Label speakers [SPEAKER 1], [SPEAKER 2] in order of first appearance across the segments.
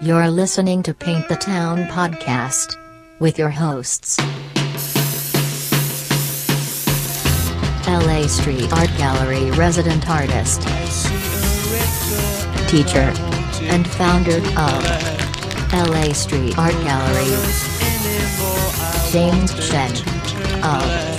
[SPEAKER 1] You're listening to Paint the Town podcast with your hosts LA Street Art Gallery resident artist, teacher, and founder of LA Street Art Gallery, James Shen of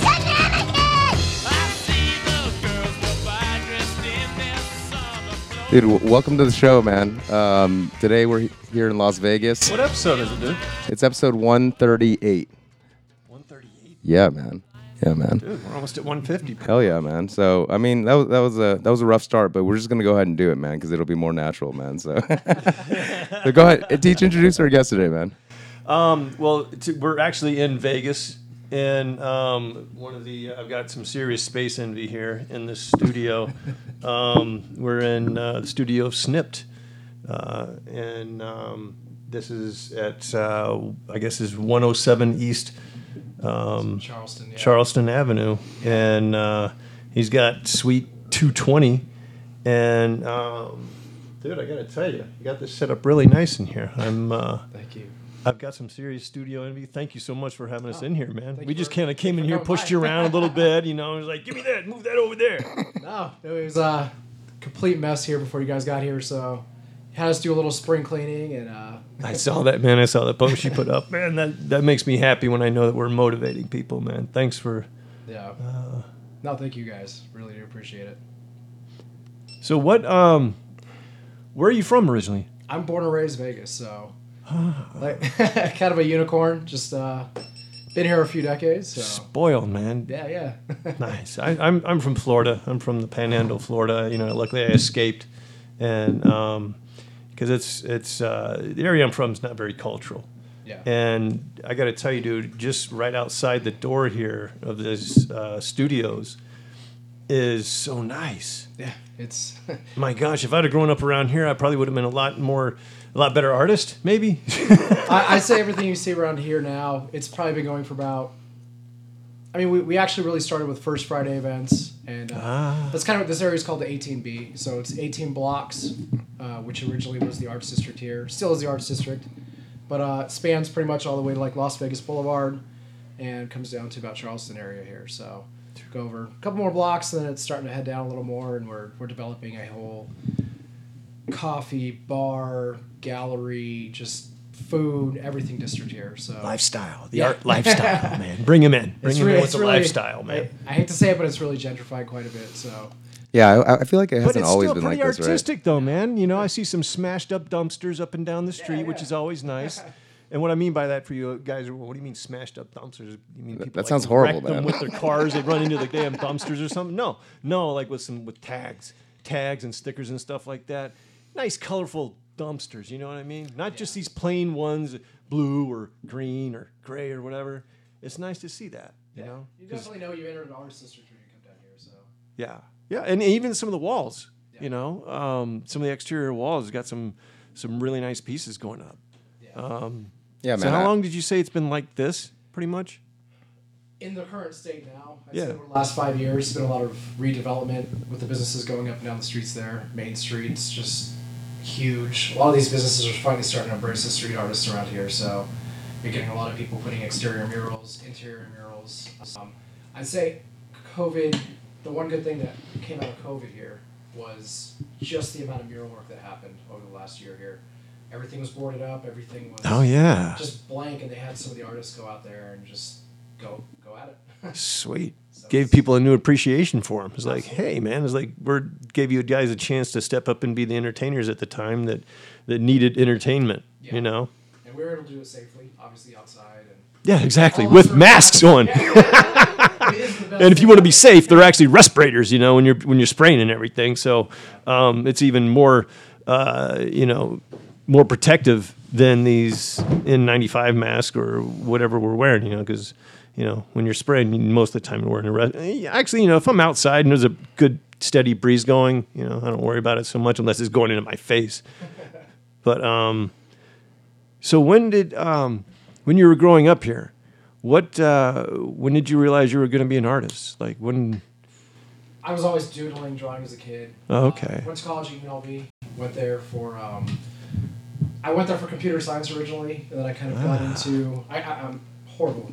[SPEAKER 2] Dude, w- welcome to the show, man. Um, today we're he- here in Las Vegas.
[SPEAKER 3] What episode is it, dude?
[SPEAKER 2] It's episode 138.
[SPEAKER 3] 138.
[SPEAKER 2] Yeah, man. Yeah, man.
[SPEAKER 3] Dude, we're almost at 150.
[SPEAKER 2] Hell yeah, man. So, I mean, that was that was a that was a rough start, but we're just gonna go ahead and do it, man, because it'll be more natural, man. So, so go ahead, Uh, teach, introduce our guest today, man.
[SPEAKER 3] Um, Well, to, we're actually in Vegas, in um, one of the. I've got some serious space envy here in this studio. um, we're in uh, the studio of Snipped, uh, and um, this is at uh, I guess is 107 East um,
[SPEAKER 4] Charleston. Yeah.
[SPEAKER 3] Charleston Avenue, and uh, he's got Suite 220. And um, dude, I gotta tell you, you got this set up really nice in here. I'm, uh,
[SPEAKER 4] Thank you. Oh,
[SPEAKER 3] I've got some serious studio envy. Thank you so much for having us in here, man.
[SPEAKER 4] thank
[SPEAKER 3] We
[SPEAKER 4] you
[SPEAKER 3] just
[SPEAKER 4] for-
[SPEAKER 3] kind of came in
[SPEAKER 4] for
[SPEAKER 3] here,
[SPEAKER 4] coming
[SPEAKER 3] pushed
[SPEAKER 4] by.
[SPEAKER 3] you around a little bit, you know. I was like, give me that, move that over there.
[SPEAKER 4] No, Oh, it was a complete mess here before you guys got here, so had us do a little spring cleaning and uh,
[SPEAKER 3] I saw that, man. I saw that post you put up, man. That that makes me happy when I know that we're motivating people, man. Thanks for.
[SPEAKER 4] yeah. no, thank you guys. Really do appreciate it.
[SPEAKER 3] So what? Um, where are you from originally?
[SPEAKER 4] I'm born and raised Vegas, so like kind of a unicorn. Just uh, been here a few decades. So
[SPEAKER 3] Spoiled, man.
[SPEAKER 4] yeah, yeah.
[SPEAKER 3] Nice. I, I'm I'm from Florida. I'm from the Panhandle, Florida. You know, luckily I escaped, and because it's it's uh, the area I'm from is not very cultural.
[SPEAKER 4] yeah.
[SPEAKER 3] And I got to tell you, dude, just right outside the door here of this uh, studios is so nice.
[SPEAKER 4] Yeah. It's
[SPEAKER 3] My gosh, if I'd have grown up around here, I probably would have been a lot more, a lot better artist, maybe.
[SPEAKER 4] I, I say everything you see around here now, it's probably been going for about. I mean, we, we actually really started with First Friday events, and uh, that's kind of what this area is called the 18B. So it's 18 blocks, uh, which originally was the Arts District here, still is the Arts District, but uh, spans pretty much all the way to like Las Vegas Boulevard, and comes down to about Charleston area here. So took over a couple more blocks, and then it's starting to head down a little more, and we're we're developing a whole coffee bar gallery just food everything district here so
[SPEAKER 3] lifestyle, the
[SPEAKER 4] Yeah.
[SPEAKER 3] art lifestyle, man. Bring him in. Bring
[SPEAKER 4] it's
[SPEAKER 3] him
[SPEAKER 4] really
[SPEAKER 3] in
[SPEAKER 4] it's
[SPEAKER 3] with the
[SPEAKER 4] really-
[SPEAKER 3] lifestyle, man.
[SPEAKER 4] I, I hate to say it but it's really gentrified quite a bit so
[SPEAKER 2] Yeah, I, I feel like it
[SPEAKER 3] But
[SPEAKER 2] hasn't
[SPEAKER 3] it's
[SPEAKER 2] always
[SPEAKER 3] still
[SPEAKER 2] been
[SPEAKER 3] pretty
[SPEAKER 2] like this, right?
[SPEAKER 3] artistic, though, man. You know, I see some smashed up dumpsters up and down the street, which is always nice. And what I mean by that for you guys, what do you mean smashed up dumpsters? You mean people
[SPEAKER 2] that
[SPEAKER 3] like,
[SPEAKER 2] sounds horrible,
[SPEAKER 3] wreck them
[SPEAKER 2] man.
[SPEAKER 3] with their cars, they run into the damn dumpsters or something? No, no, like with some with tags, tags and stickers and stuff like that. Nice, colorful dumpsters. You know what I mean? Not just these plain ones, blue or green or gray or whatever. It's nice to see that. You know,
[SPEAKER 4] you definitely know you entered an artist district when you come down here so
[SPEAKER 3] yeah, yeah, and even some of the walls, you know, um, some of the exterior walls got some some really nice pieces going up.
[SPEAKER 2] Yeah, man.
[SPEAKER 3] so how
[SPEAKER 2] I-
[SPEAKER 3] long did you say it's been like this? Pretty much.
[SPEAKER 4] in the current state now I'd
[SPEAKER 3] Yeah.
[SPEAKER 4] say over the last five years there's been a lot of redevelopment with the businesses going up and down the streets there main streets just huge a lot of these businesses are finally starting to embrace the street artists around here so you're getting a lot of people putting exterior murals interior murals um, i'd say covid the one good thing that came out of covid here was just the amount of mural work that happened over the last year here everything was boarded up everything was
[SPEAKER 3] Oh,
[SPEAKER 2] Oh,
[SPEAKER 3] yeah,
[SPEAKER 4] just blank and they had some of the artists go out there and just go go at it
[SPEAKER 3] sweet. Gave people a new appreciation for them. It's like, hey man, it's like we are gave you guys a chance to step up and be the entertainers at the time that that needed entertainment.
[SPEAKER 4] Yeah.
[SPEAKER 3] You know.
[SPEAKER 4] and we were able to do it safely obviously outside and
[SPEAKER 3] Yeah, exactly.
[SPEAKER 4] All
[SPEAKER 3] With
[SPEAKER 4] through-
[SPEAKER 3] masks on.
[SPEAKER 4] it isn't the best
[SPEAKER 3] and if you want to be safe, they're actually respirators, you know, when you're when you're spraying and everything. So um, it's even more, uh, you know, more protective than these N95 masks or whatever we're wearing, you know, because you know when you're spraying, you- most of the time you're wearing a res- eh, actually, you know, if I'm outside and there's a good steady breeze going, you know, I don't worry about it so much unless it's going into my face. But um, so when did um, when you were growing up here, what uh, when did you realize you were going to be an artist? Like when?
[SPEAKER 4] I was always doodling, drawing as a kid.
[SPEAKER 3] Oh, okay.
[SPEAKER 4] Uh, went to college at UNLV. Went there for. Um, I went there for computer science originally, and then I kind of
[SPEAKER 3] Ah.
[SPEAKER 4] got into. I, I, I'm horrible at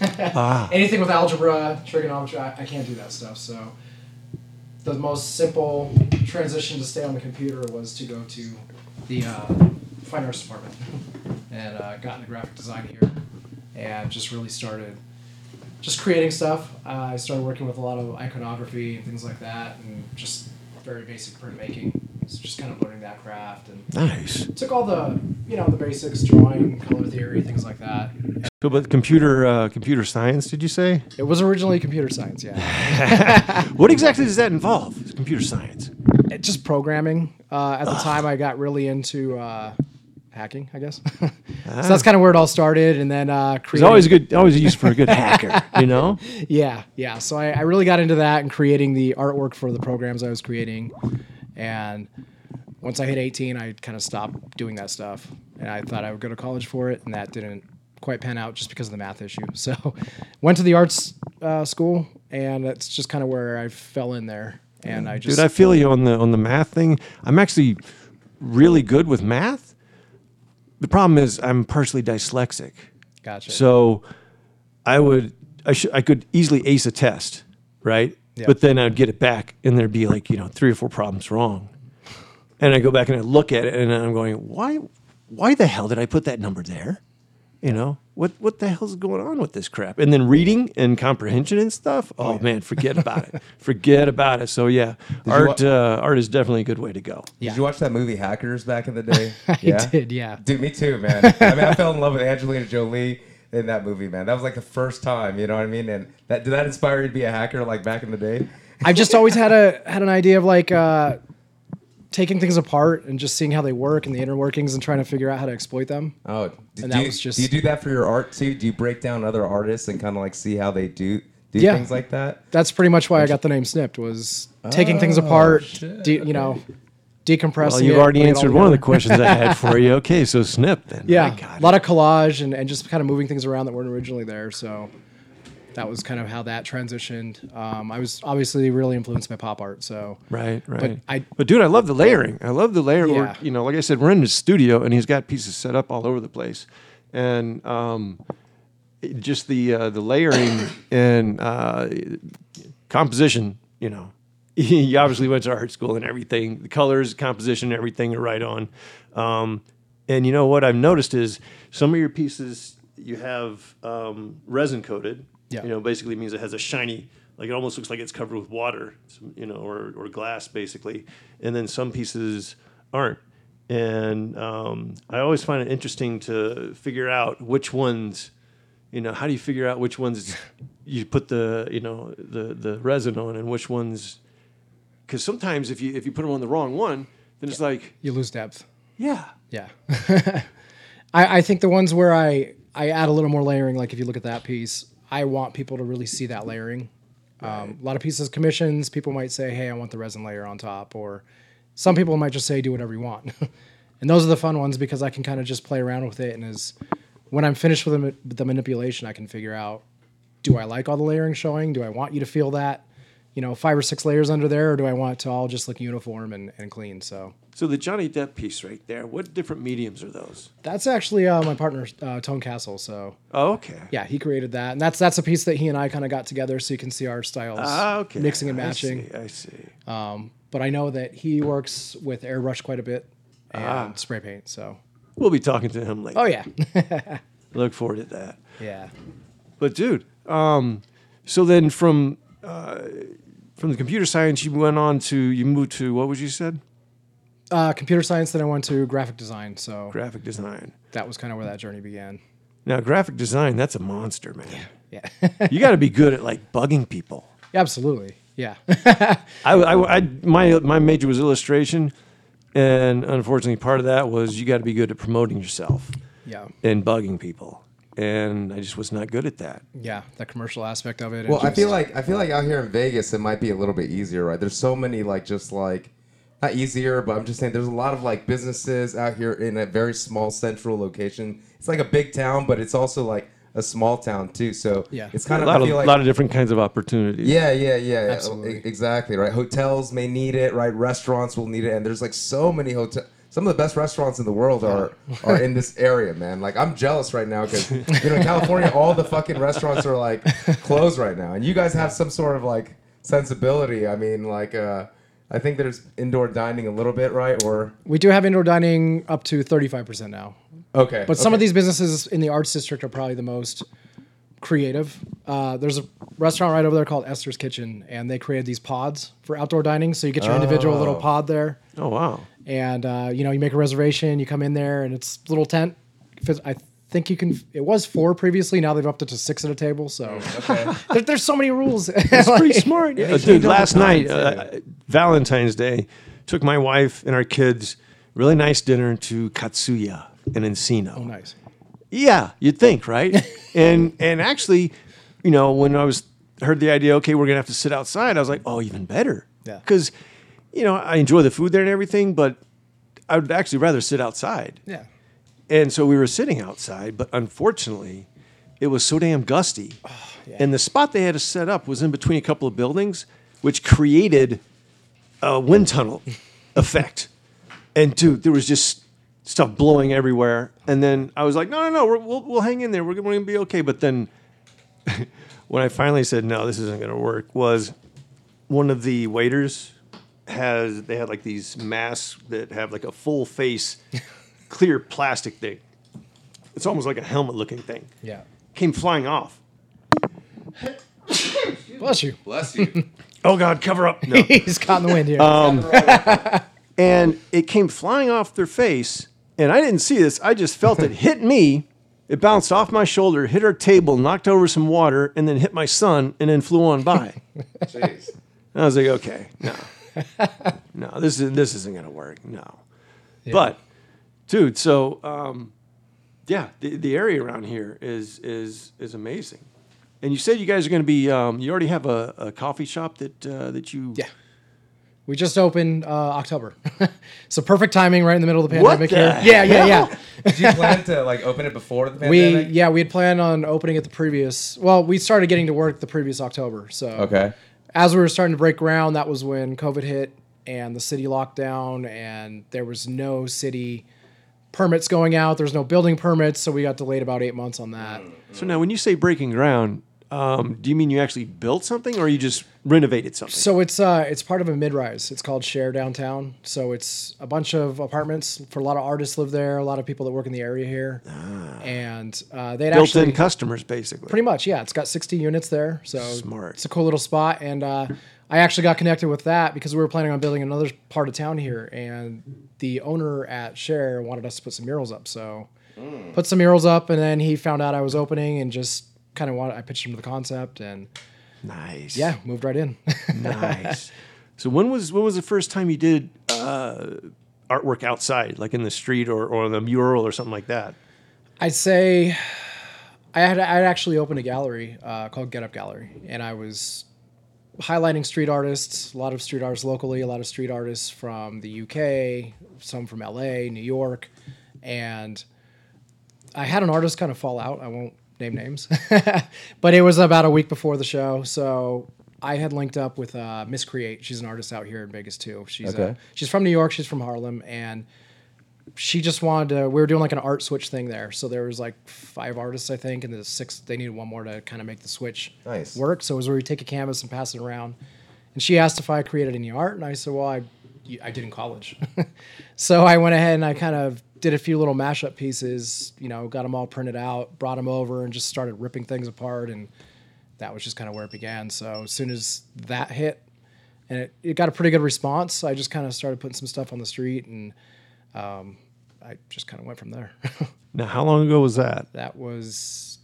[SPEAKER 4] math.
[SPEAKER 3] Ah.
[SPEAKER 4] Anything with algebra, trigonometry, I, I can't do that stuff. So the most simple transition to stay on the computer was to go to the uh, fine arts department, and uh, got into graphic design here, and just really started just creating stuff. Uh, I started working with a lot of iconography and things like that, and just very basic printmaking. So just kind of learning that craft and
[SPEAKER 3] Nice.
[SPEAKER 4] took all the you know the basics drawing color theory things like that
[SPEAKER 3] So, but computer uh, computer science, did you say?
[SPEAKER 4] it was originally computer science yeah
[SPEAKER 3] What exactly does that involve? Computer science.
[SPEAKER 4] it, just programming uh, at the time i got really into uh, hacking i guess so that's kind of where it all started and then uh
[SPEAKER 3] It's always a good, always used for a good hacker. You know.
[SPEAKER 4] yeah yeah so I, I really got into that and creating the artwork for the programs i was creating and once i hit 18 i kind of stopped doing that stuff and i thought i would go to college for it and that didn't quite pan out just because of the math issue so went to the arts uh, school and that's just kind of where i fell in there and i just
[SPEAKER 3] Dude, I feel you on the on the math thing. I'm actually really good with math. The problem is I'm partially dyslexic.
[SPEAKER 4] gotcha
[SPEAKER 3] So I would I should I could easily ace a test, right?
[SPEAKER 4] Yeah.
[SPEAKER 3] But then I'd get it back and there'd be like, you know, three or four problems wrong. And I go back and I look at it and I'm going, "Why why the hell did I put that number there?" You know? What what the hell's going on with this crap? And then reading and comprehension and stuff. Oh, man, forget about it. Forget about it. So yeah, art
[SPEAKER 2] wa-
[SPEAKER 3] uh, art is definitely a good way to go.
[SPEAKER 4] Yeah.
[SPEAKER 2] Did you watch that movie Hackers back in the day? I
[SPEAKER 4] did, yeah.
[SPEAKER 2] Dude, me too, man. I mean, I fell in love with Angelina Jolie in that movie, man. That was like the first time, you know what I mean? And that did that inspire you to be a hacker like back in the day?
[SPEAKER 4] I've just always had a had an idea of like uh, taking things apart and just seeing how they work and the inner workings and trying to figure out how to exploit them.
[SPEAKER 2] Oh, do,
[SPEAKER 4] And
[SPEAKER 2] do
[SPEAKER 4] that
[SPEAKER 2] you,
[SPEAKER 4] was just-
[SPEAKER 2] do you do that for your art too? Do you break down other artists and kind of like see how they do do
[SPEAKER 4] Yeah.
[SPEAKER 2] things like that?
[SPEAKER 4] That's pretty much why I got the name Snipped was taking things apart, de- you know, decompressing.
[SPEAKER 3] Well, you've
[SPEAKER 4] it,
[SPEAKER 3] already
[SPEAKER 4] putting it all
[SPEAKER 3] answered one of the
[SPEAKER 4] together.
[SPEAKER 3] questions I had for you. Okay, so snip then. My
[SPEAKER 4] Yeah,
[SPEAKER 3] God.
[SPEAKER 4] a lot of collage and, and just kind of moving things around that weren't originally there. So that was kind of how that transitioned. Um, I was obviously really influenced by pop art. So
[SPEAKER 3] Right, right. But,
[SPEAKER 4] I-
[SPEAKER 3] dude, I love the layering. I love the layer.
[SPEAKER 4] Yeah.
[SPEAKER 3] Work. You know, like I said, we're in his studio, and he's got pieces set up all over the place, and um, it- just the uh, the layering and uh, composition. You know, he obviously went to art school and everything. The colors, composition, everything are right on. Um, and you know what I've noticed is some of your pieces you have um, resin coated.
[SPEAKER 4] Yeah.
[SPEAKER 3] You know, basically means it has a shiny, like it almost looks like it's covered with water, some- you know, or, or glass basically. And then some pieces aren't. And um, I always find it interesting to figure out which ones, you know, how do you figure out which ones you put the, you know, the, the resin on and which ones, because sometimes if you, if you put them on the wrong one, then it's like,
[SPEAKER 4] you lose depth.
[SPEAKER 3] yeah,
[SPEAKER 4] Yeah. I, I think the ones where I, I add a little more layering, like if you look at that piece, I want people to really see that layering. Um, a lot of pieces, commissions, people might say, hey, I want the resin layer on top. Or some people might just say, do whatever you want. and those are the fun ones because I can kind of just play around with it. And as when I'm finished with the, ma- the manipulation, I can figure out do I like all the layering showing? Do I want you to feel that? You know, five or six layers under there, or do I want it to all just look uniform and, and clean? So
[SPEAKER 3] So the Johnny Depp piece right there, what different mediums are those?
[SPEAKER 4] That's actually uh, my partner, uh, Tone Castle. So
[SPEAKER 3] Oh, okay.
[SPEAKER 4] yeah, he created that, and that's that's a piece that he and I kind of got together, so you can see our styles
[SPEAKER 3] Ah, okay.
[SPEAKER 4] mixing and
[SPEAKER 3] I see,
[SPEAKER 4] matching.
[SPEAKER 3] I see.
[SPEAKER 4] But I know that he works with airbrush quite a bit and
[SPEAKER 3] Ah.
[SPEAKER 4] spray paint. So
[SPEAKER 3] We'll be talking to him later.
[SPEAKER 4] oh yeah,
[SPEAKER 3] Look forward to that.
[SPEAKER 4] yeah,
[SPEAKER 3] But dude, um, so then from uh, from the computer science, you went on to you moved to what was you said
[SPEAKER 4] uh, computer science. Then I went to graphic design. So
[SPEAKER 3] graphic design.
[SPEAKER 4] that was kind of where that journey began.
[SPEAKER 3] Now graphic design, that's a monster, man.
[SPEAKER 4] Yeah,
[SPEAKER 3] you got to be good at like bugging people.
[SPEAKER 4] absolutely. Yeah,
[SPEAKER 3] I, I, I- my my major was illustration, and unfortunately, part of that was you got to be good at promoting yourself.
[SPEAKER 4] yeah,
[SPEAKER 3] and bugging people. And I just was not good at that.
[SPEAKER 4] yeah. The commercial aspect of it. and
[SPEAKER 2] Well, I
[SPEAKER 4] just-
[SPEAKER 2] feel like I feel like out here in Vegas, it might be a little bit easier, right? There's so many like just like not easier, but I'm just saying there's a lot of like businesses out here in a very small central location. It's like a big town, but it's also like a small town too. So
[SPEAKER 4] Yeah.
[SPEAKER 2] it's kind
[SPEAKER 3] A
[SPEAKER 2] of
[SPEAKER 3] lot
[SPEAKER 2] I
[SPEAKER 3] of,
[SPEAKER 2] feel like
[SPEAKER 3] lot of different kinds of opportunities.
[SPEAKER 2] yeah, yeah, yeah,
[SPEAKER 4] Absolutely.
[SPEAKER 2] e- exactly, right. Hotels may need it, right? Restaurants will need it, and there's like so many hotel some of the best restaurants in the world are are in this area, man. Like I'm jealous right now because you know in California, all the fucking restaurants are like closed right now, and you guys have some sort of like sensibility. I mean, like uh, I think there's indoor dining a little bit, right? Or
[SPEAKER 4] We do have indoor dining up to 35% now.
[SPEAKER 2] okay,
[SPEAKER 4] But some of
[SPEAKER 2] okay.
[SPEAKER 4] these businesses in the arts district are probably the most creative. Uh, there's a restaurant right over there called Esther's Kitchen, and they created these pods for outdoor dining. So you get your individual little pod there,
[SPEAKER 3] Oh wow.
[SPEAKER 4] and uh, you know you make a reservation, you come in there, and it's little tent. Fits- I think you can. It was four previously. Now they've upped it to six at a table. So there, there's so many rules. Like-
[SPEAKER 3] Oh, pretty smart. Yeah, dude, last night, uh, Valentine's Day, took my wife and our kids really nice dinner to Katsuya in Encino.
[SPEAKER 4] Oh, nice.
[SPEAKER 3] Yeah, you'd think, right? and and actually, you know, when I was heard the idea, okay, we're gonna have to sit outside. I was like, oh, even better.
[SPEAKER 4] Yeah.
[SPEAKER 3] Because, you know, I enjoy the food there and everything, but I would actually rather sit outside.
[SPEAKER 4] Yeah.
[SPEAKER 3] And so we were sitting outside, but unfortunately, it was so damn gusty. And the spot they had to set up was in between a couple of buildings, which created a wind tunnel effect. And dude, there was just stuff blowing everywhere. And then I was like, no, no, no, we're, we'll, we'll hang in there. We're, gonna- we're going to be okay. But then when I finally said, no, this isn't going to work, was one of the waiters has, they had like these masks that have like a full face clear plastic thing. It's almost like a helmet looking thing.
[SPEAKER 4] Yeah.
[SPEAKER 3] Came flying off.
[SPEAKER 4] Bless you.
[SPEAKER 2] bless you.
[SPEAKER 3] Oh God, cover up. No.
[SPEAKER 4] He's caught in the wind here.
[SPEAKER 3] Uh, and it came flying off their face. And I didn't see this. I just felt it hit me. It bounced off my shoulder, hit our table, knocked over some water, and then hit my son, and then flew on by.
[SPEAKER 2] Jeez.
[SPEAKER 3] And I was like, okay, no, no, this is this isn't gonna work, no. But, dude, so um, yeah, the, the area around here is is is amazing. And you said you guys are gonna be, um, you already have a, a coffee shop that uh, that you
[SPEAKER 4] Yeah. We just opened uh, October, so perfect timing, right in the middle of the
[SPEAKER 3] What
[SPEAKER 4] pandemic.
[SPEAKER 3] the
[SPEAKER 4] here. Yeah, yeah, yeah.
[SPEAKER 2] Did you plan to like open it before the
[SPEAKER 4] we
[SPEAKER 2] pandemic?
[SPEAKER 4] yeah we had planned on opening it the previous. Well, we started getting to work the previous October. So
[SPEAKER 2] Okay.
[SPEAKER 4] as we were starting to break ground, that was when COVID hit and the city locked down, and there was no city permits going out. There's no building permits, so we got delayed about eight months on that.
[SPEAKER 2] Hmm.
[SPEAKER 3] So now, when you say breaking ground, um, do you mean you actually built something, or you just renovated something?
[SPEAKER 4] So it's uh it's part of a mid-rise. It's called Share Downtown. So it's a bunch of apartments for a lot of artists live there, a lot of people that work in the area here,
[SPEAKER 2] Ah.
[SPEAKER 4] and uh, they'd
[SPEAKER 3] Built
[SPEAKER 4] actually
[SPEAKER 3] in customers, basically.
[SPEAKER 4] pretty much yeah. It's got 60 units there, so
[SPEAKER 3] Smart.
[SPEAKER 4] It's a cool little spot, and uh, I actually got connected with that because we were planning on building another part of town here, and the owner at Share wanted us to put some murals up, so put some murals up, and then he found out I was opening and just kind of wanted. I pitched him the concept, and
[SPEAKER 3] nice.
[SPEAKER 4] yeah, moved right in.
[SPEAKER 3] nice. So when was when was the first time you did uh, artwork outside, like in the street or or the mural or something like that?
[SPEAKER 4] I'd say I had I'd actually opened a gallery uh, called Get Up Gallery, and I was highlighting street artists, a lot of street artists locally, a lot of street artists from the UK, some from LA, New York, and I had an artist kind of fall out. I won't name names, but it was about a week before the show, so. I had linked up with uh, Miss Create. She's an artist out here in Vegas too. She's uh,
[SPEAKER 2] Okay.
[SPEAKER 4] she's from New York. She's from Harlem, and she just wanted to we were doing like an art switch thing there so there was like five artists i think and the six they needed one more to kind of make the switch
[SPEAKER 2] Nice.
[SPEAKER 4] work so it was where you take a canvas and pass it around and she asked if i created any art and i said well i, I did in college so i went ahead and i kind of did a few little mashup pieces you know got them all printed out brought them over and just started ripping things apart and that was just kind of where it began so as soon as that hit and it, it got a pretty good response i just kind of started putting some stuff on the street and um, I just kind of went from there.
[SPEAKER 3] Now, how long ago was that?
[SPEAKER 4] that was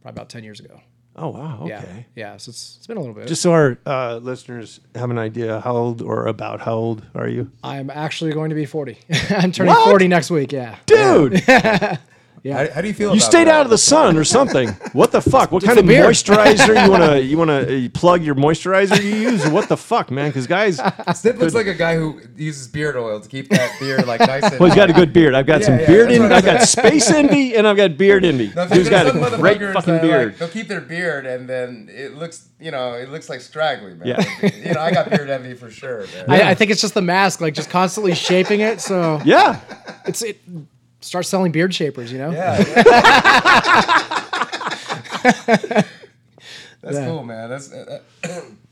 [SPEAKER 4] probably about 10 years ago.
[SPEAKER 3] Oh wow, okay.
[SPEAKER 4] Yeah. Yeah. So it's, it's been a little bit.
[SPEAKER 3] Just so our uh, listeners have an idea, how old or about how old are you,
[SPEAKER 4] I'm actually going to be 40. I'm turning
[SPEAKER 3] What?
[SPEAKER 4] 40 next week. Yeah.
[SPEAKER 3] dude?
[SPEAKER 2] How,
[SPEAKER 4] Yeah.
[SPEAKER 2] how do you feel?
[SPEAKER 3] You
[SPEAKER 2] about
[SPEAKER 3] stayed
[SPEAKER 2] that?
[SPEAKER 3] out of the sun or something. What the fuck? What kind of
[SPEAKER 4] beer.
[SPEAKER 3] moisturizer you wanna you wanna uh, plug your moisturizer you use? What the fuck, man? Because guys, well,
[SPEAKER 2] Sid looks like a guy who uses beard oil to keep that beard like nice and.
[SPEAKER 3] he's got a good beard. I've got some
[SPEAKER 2] yeah,
[SPEAKER 3] beard
[SPEAKER 2] that's
[SPEAKER 3] envy.
[SPEAKER 2] what I
[SPEAKER 3] I've got space envy, and I've got beard envy.
[SPEAKER 2] No, there's
[SPEAKER 3] Dude's got
[SPEAKER 2] some
[SPEAKER 3] a great
[SPEAKER 2] motherfuckers
[SPEAKER 3] fucking
[SPEAKER 2] that, like,
[SPEAKER 3] beard.
[SPEAKER 2] they'll keep their beard and then it looks, you know, it looks like straggly, man.
[SPEAKER 3] Yeah.
[SPEAKER 2] you know, I got beard envy for sure, man.
[SPEAKER 4] I, I think it's just the mask, like just constantly shaping it. So
[SPEAKER 3] Yeah,
[SPEAKER 4] it's it starts selling beard shapers, you know? Uh,
[SPEAKER 2] Yeah, yeah. That's
[SPEAKER 4] Yeah.
[SPEAKER 2] cool, man. That's uh, uh,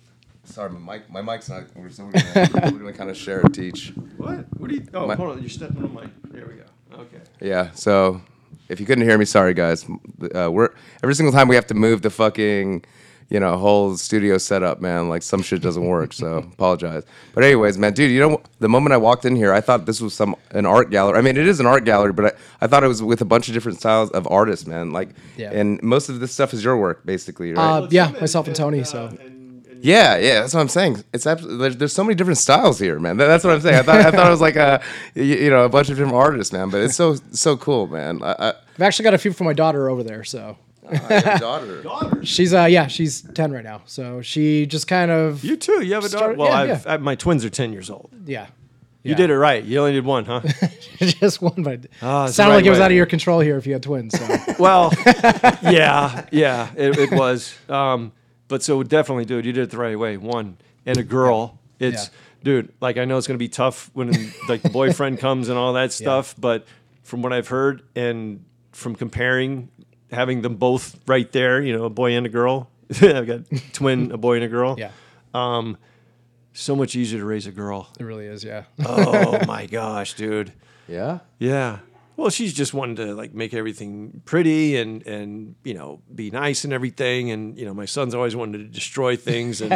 [SPEAKER 2] sorry, my mic, my mic's not. We're, so we're, gonna, we're gonna kind of share and teach.
[SPEAKER 3] What? What are you? Oh,
[SPEAKER 2] My-
[SPEAKER 3] hold on. You're stepping on my. There we go. Okay.
[SPEAKER 2] Yeah. So if you couldn't hear me, sorry guys. Uh, we're every single time we have to move the fucking, you know, whole studio setup, man. Like some shit doesn't work. So apologize. But anyways, man, dude, you know, the moment I walked in here, I thought this was some an art gallery. I mean, it is an art gallery, but I, I thought it was with a bunch of different styles of artists, man. Like,
[SPEAKER 4] Yeah.
[SPEAKER 2] and most of this stuff is your work, basically, right?
[SPEAKER 4] Uh, yeah, myself and Tony. So
[SPEAKER 2] Yeah, yeah, that's what I'm saying. It's absolutely there's, there's so many different styles here, man. That- That's what I'm saying. I thought I thought it was like a you, you know a bunch of different artists, man. But it's so so cool, man. I,
[SPEAKER 4] I've actually got a few for my daughter over there. So
[SPEAKER 2] I, I have a daughter.
[SPEAKER 4] she's uh yeah she's ten right now. So she just kind of
[SPEAKER 3] You too. You have a daughter.
[SPEAKER 4] Start-
[SPEAKER 3] Well,
[SPEAKER 4] yeah,
[SPEAKER 3] I've, I, my twins are ten years old.
[SPEAKER 4] yeah.
[SPEAKER 3] You did it right. You only did one, huh?
[SPEAKER 4] just one, but it
[SPEAKER 3] Ah, it's the
[SPEAKER 4] sounded
[SPEAKER 3] right
[SPEAKER 4] like it was
[SPEAKER 3] way.
[SPEAKER 4] out of your control here if you had twins. So.
[SPEAKER 3] well, yeah, yeah, it, it was. Um, but so definitely, dude, you did it the right way. One and a girl. It's
[SPEAKER 4] Yeah.
[SPEAKER 3] dude. Like I know it's gonna be tough when like the boyfriend comes and all that stuff. But from what I've heard and from comparing, having them both right there, you know, a boy and a girl. I've got twin, a boy and a girl. Um,
[SPEAKER 4] yeah,
[SPEAKER 3] So much easier to raise a girl.
[SPEAKER 4] it really is. Yeah,
[SPEAKER 3] Oh my gosh, dude.
[SPEAKER 2] Yeah.
[SPEAKER 3] Yeah. Well, she's just wanting to like make everything pretty and and you know be nice and everything. And you know, my son's always wanted to destroy things and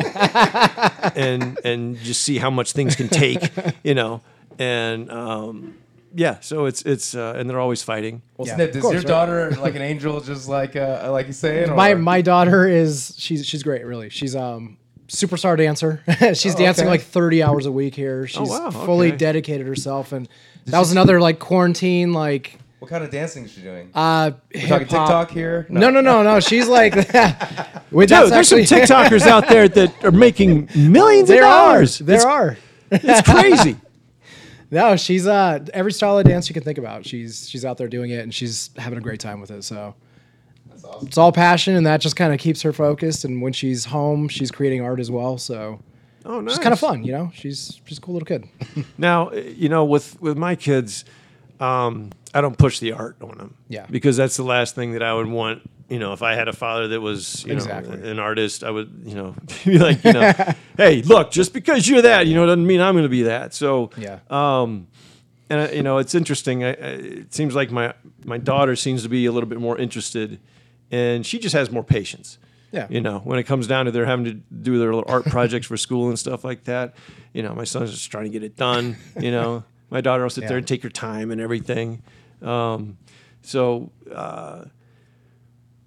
[SPEAKER 3] and and just see how much things can take. You know, and um, yeah. So it's it's uh, and they're always fighting.
[SPEAKER 2] Well,
[SPEAKER 4] Yeah,
[SPEAKER 2] Snip,
[SPEAKER 4] of
[SPEAKER 2] is
[SPEAKER 4] course,
[SPEAKER 2] your
[SPEAKER 4] right.
[SPEAKER 2] daughter like an angel, just like uh, like you saying?
[SPEAKER 4] my
[SPEAKER 2] or-
[SPEAKER 4] my daughter is she's she's great. Really, she's um superstar dancer. she's dancing
[SPEAKER 2] okay.
[SPEAKER 4] like thirty hours a week here. She's
[SPEAKER 3] Oh, wow,
[SPEAKER 4] fully
[SPEAKER 3] okay.
[SPEAKER 4] dedicated herself, and that was another like quarantine like
[SPEAKER 2] what kind of dancing is she doing?
[SPEAKER 4] uh
[SPEAKER 2] Talking
[SPEAKER 4] hip
[SPEAKER 2] TikTok
[SPEAKER 4] hop.
[SPEAKER 2] here?
[SPEAKER 4] No, no, no, no. She's like, dude,
[SPEAKER 3] Dude, Oh, there's some TikTokers out there that are making millions
[SPEAKER 4] There
[SPEAKER 3] of
[SPEAKER 4] are,
[SPEAKER 3] dollars.
[SPEAKER 4] there are.
[SPEAKER 3] It's crazy.
[SPEAKER 4] No, she's uh every style of dance you can think about. She's she's out there doing it, and she's having a great time with it. So
[SPEAKER 2] That's awesome.
[SPEAKER 4] it's all passion, and that just kind of keeps her focused. And when she's home, she's creating art as well. So
[SPEAKER 3] Oh, nice.
[SPEAKER 4] it's kind of fun, you know. She's she's a cool little kid.
[SPEAKER 3] Now, uh, you know, with with my kids, um, I don't push the art on them.
[SPEAKER 4] Yeah.
[SPEAKER 3] Because that's the last thing that I would want. You know, if I had a father that was, you know,
[SPEAKER 4] Exactly.
[SPEAKER 3] an artist, I would, you know, be like, you know, hey, look, just because you're that, you know, doesn't mean I'm going to be that. So,
[SPEAKER 4] Yeah.
[SPEAKER 3] um, and uh, you know, it's interesting. I, I, it seems like my my daughter seems to be a little bit more interested, and she just has more patience.
[SPEAKER 4] Yeah.
[SPEAKER 3] You know, when it comes down to their having to do their little art projects for school and stuff like that, you know, my son's just trying to get it done. You know, my daughter will sit there
[SPEAKER 4] Yeah.
[SPEAKER 3] and take her time and everything. Um, so, uh,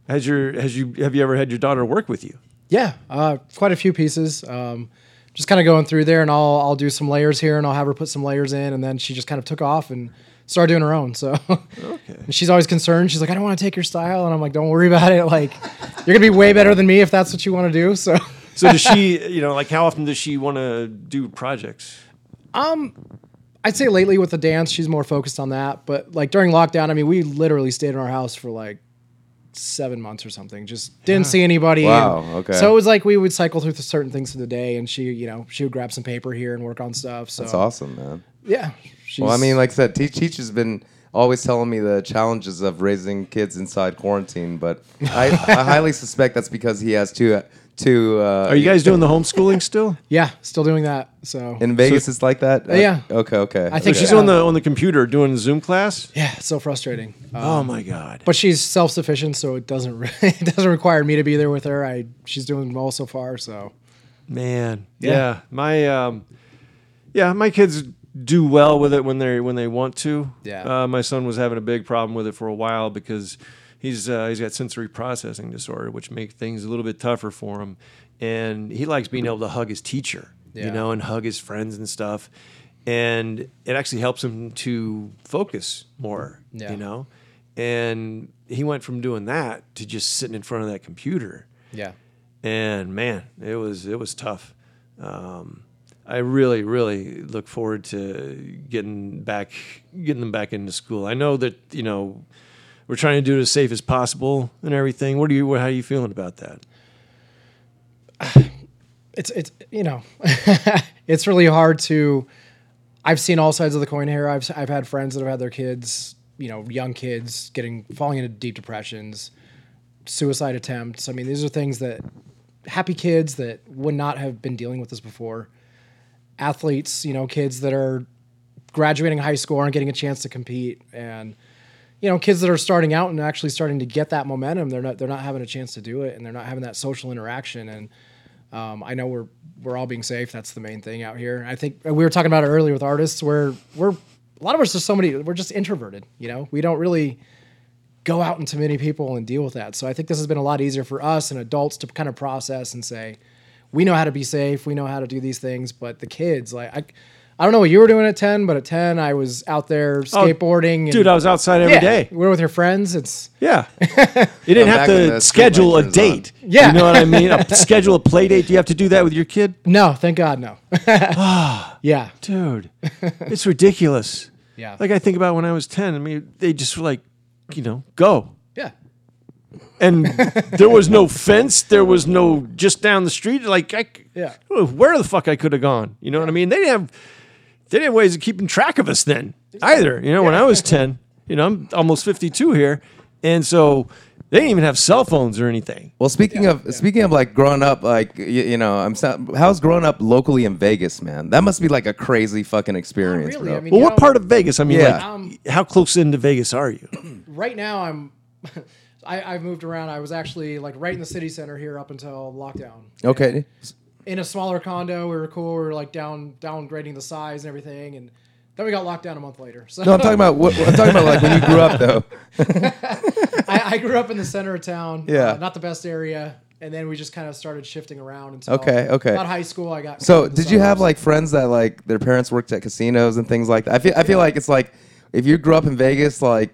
[SPEAKER 3] has your has you have you ever had your daughter work with you?
[SPEAKER 4] Yeah, uh, quite a few pieces. Um, just kind of going through there, and I'll I'll do some layers here, and I'll have her put some layers in, and then she just kind of took off and started doing her own. So, and she's always concerned. She's like, I don't want to take your style, and I'm like, Don't worry about it. Like, you're gonna be way better than me if that's what you want to do. So,
[SPEAKER 3] So does she? You know, like how often does she want to do projects?
[SPEAKER 4] I'd say lately with the dance, she's more focused on that. But like during lockdown, I mean, we literally stayed in our house for like seven months or something. Just didn't see anybody.
[SPEAKER 2] Wow,
[SPEAKER 4] And
[SPEAKER 2] okay.
[SPEAKER 4] So it was like we would cycle through certain things for the day, and she, you know, she would grab some paper here and work on stuff. So
[SPEAKER 2] That's awesome, man.
[SPEAKER 4] yeah. She's,
[SPEAKER 2] Well, I mean, like I said, Teach Teach has been always telling me the challenges of raising kids inside quarantine, but I, I highly suspect that's because he has two two. Uh,
[SPEAKER 3] Are you guys doing the homeschooling still?
[SPEAKER 4] yeah, still doing that. So
[SPEAKER 2] in Vegas? it's like that. Uh,
[SPEAKER 4] yeah.
[SPEAKER 2] Okay. Okay.
[SPEAKER 4] I think
[SPEAKER 3] She's
[SPEAKER 4] Yeah.
[SPEAKER 3] on the on the computer doing a Zoom class.
[SPEAKER 4] yeah, it's so frustrating. Uh,
[SPEAKER 3] Oh my god!
[SPEAKER 4] but she's self sufficient, so it doesn't re- it doesn't require me to be there with her. I she's doing well so far. So
[SPEAKER 3] Man, yeah. my um, yeah, my kids do well with it when they when they want to.
[SPEAKER 4] Yeah.
[SPEAKER 3] uh, my son was having a big problem with it for a while because he's uh, he's got sensory processing disorder, which makes things a little bit tougher for him, and he likes being able to hug his teacher, you
[SPEAKER 4] Yeah.
[SPEAKER 3] know, and hug his friends and stuff, and it actually helps him to focus more,
[SPEAKER 4] Yeah.
[SPEAKER 3] you know, And he went from doing that to just sitting in front of that computer.
[SPEAKER 5] Yeah.
[SPEAKER 3] And man, it was it was tough. Um, I really, really look forward to getting back getting them back into school. I know that you know we're trying to do it as safe as possible and everything. What are you? How are you feeling about that?
[SPEAKER 4] it's it's you know it's really hard to i've seen all sides of the coin here i've i've had friends that have had their kids you know young kids getting falling into deep depressions suicide attempts i mean these are things that happy kids that would not have been dealing with this before athletes you know kids that are graduating high school and getting a chance to compete and you know kids that are starting out and actually starting to get that momentum they're not they're not having a chance to do it and they're not having that social interaction and um, I know we're we're all being safe. That's the main thing out here. I think uh, we were talking about it earlier with artists, where we're a lot of us are so many we're just introverted. You know, we don't really go out into many people and deal with that. So I think this has been a lot easier for us and adults to kind of process and say, we know how to be safe, we know how to do these things. But the kids, like I, I don't know what you were doing at ten, but at ten I was out there skateboarding.
[SPEAKER 3] Oh, Dude, I was outside every
[SPEAKER 4] every
[SPEAKER 3] day.
[SPEAKER 4] We're with your friends. It's
[SPEAKER 3] Yeah. You didn't
[SPEAKER 6] Now
[SPEAKER 3] have
[SPEAKER 6] back when the
[SPEAKER 3] to
[SPEAKER 6] school light
[SPEAKER 3] schedule a
[SPEAKER 6] turns on.
[SPEAKER 3] date.
[SPEAKER 4] Yeah.
[SPEAKER 3] You know what I mean? A, schedule a play date. Do you have to do that with your kid?
[SPEAKER 4] no, thank God, no. yeah,
[SPEAKER 3] Dude, it's ridiculous.
[SPEAKER 4] yeah,
[SPEAKER 3] Like I think about when I was 10, I mean, they just were like, you know, go.
[SPEAKER 4] yeah.
[SPEAKER 3] And there was no fence. There was no just down the street. Like, I, c-
[SPEAKER 4] Yeah.
[SPEAKER 3] where the fuck I could have gone. You know what I mean? They didn't have, they didn't have ways of keeping track of us then either. You know, when I was 10, you know, I'm almost 52 here. And so they didn't even have cell phones or anything.
[SPEAKER 6] Well, speaking of speaking of like growing up, like you, you know, I'm so- how's growing up locally in Vegas, man? That must be like a crazy fucking experience,
[SPEAKER 4] Really,
[SPEAKER 6] bro.
[SPEAKER 4] I mean,
[SPEAKER 3] Well,
[SPEAKER 4] you
[SPEAKER 3] what
[SPEAKER 4] know-
[SPEAKER 3] part of Vegas? I mean,
[SPEAKER 6] Yeah.
[SPEAKER 3] like,
[SPEAKER 4] Um,
[SPEAKER 3] how close into Vegas are you?
[SPEAKER 4] right now I'm I, I've moved around. I was actually like right in the city center here up until lockdown.
[SPEAKER 6] okay,
[SPEAKER 4] In a smaller condo, we were cool. We were like down downgrading the size and everything, and then we got locked down a month later. So
[SPEAKER 6] no, I'm talking about what I'm talking about like when you grew up though.
[SPEAKER 4] I, I grew up in the center of town.
[SPEAKER 6] Yeah.
[SPEAKER 4] uh, not the best area. And then we just kind of started shifting around until
[SPEAKER 6] Okay, okay.
[SPEAKER 4] about high school. I got
[SPEAKER 6] So,
[SPEAKER 4] moved to
[SPEAKER 6] did you have
[SPEAKER 4] suburbs.
[SPEAKER 6] like friends that like their parents worked at casinos and things like that? I feel I feel like it's like if you grew up in Vegas, like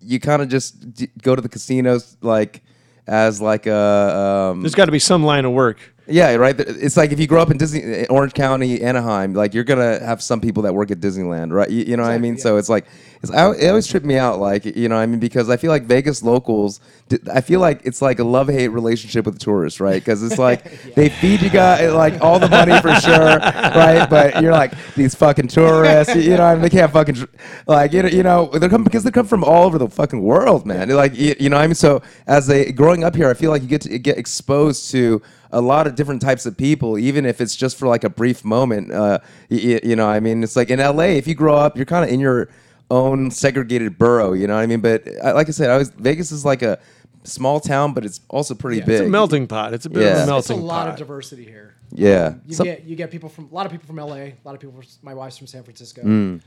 [SPEAKER 6] you kind of just d- go to the casinos like as like a um,
[SPEAKER 3] There's got to be some line of work.
[SPEAKER 6] yeah, right. It's like if you grow up in Disney, eh, Orange County, Anaheim, like you're gonna have some people that work at Disneyland, right? You, you know what I mean? So it's like, it's, I, it always tripped me out, like you know, what I mean, because I feel like Vegas locals, d- I feel like it's like a love hate relationship with tourists, right? Because it's like they feed you guys like all the money for sure, right? But you're like these fucking tourists, you know, what I mean? they can't fucking dr- like you know, you know, they're coming because they come from all over the fucking world, man. Like you, you know, what I mean, so as they growing up here, I feel like you get to get exposed to a lot of different types of people, even if it's just for like a brief moment. Uh, you, you know, I mean, it's like in LA, if you grow up, you're kind of in your own segregated borough. You know what I mean? But
[SPEAKER 2] uh,
[SPEAKER 6] I, like I said, I was Vegas is like a small town, but it's also pretty big.
[SPEAKER 3] It's a melting pot. It's a bit
[SPEAKER 6] Yeah.
[SPEAKER 3] of a
[SPEAKER 6] It's-
[SPEAKER 3] melting
[SPEAKER 4] It's a lot
[SPEAKER 3] pot.
[SPEAKER 4] of diversity here.
[SPEAKER 6] yeah.
[SPEAKER 4] You
[SPEAKER 6] So-
[SPEAKER 4] get you get people from a lot of people from LA, a lot of people. From, my wife's from San Francisco.
[SPEAKER 6] do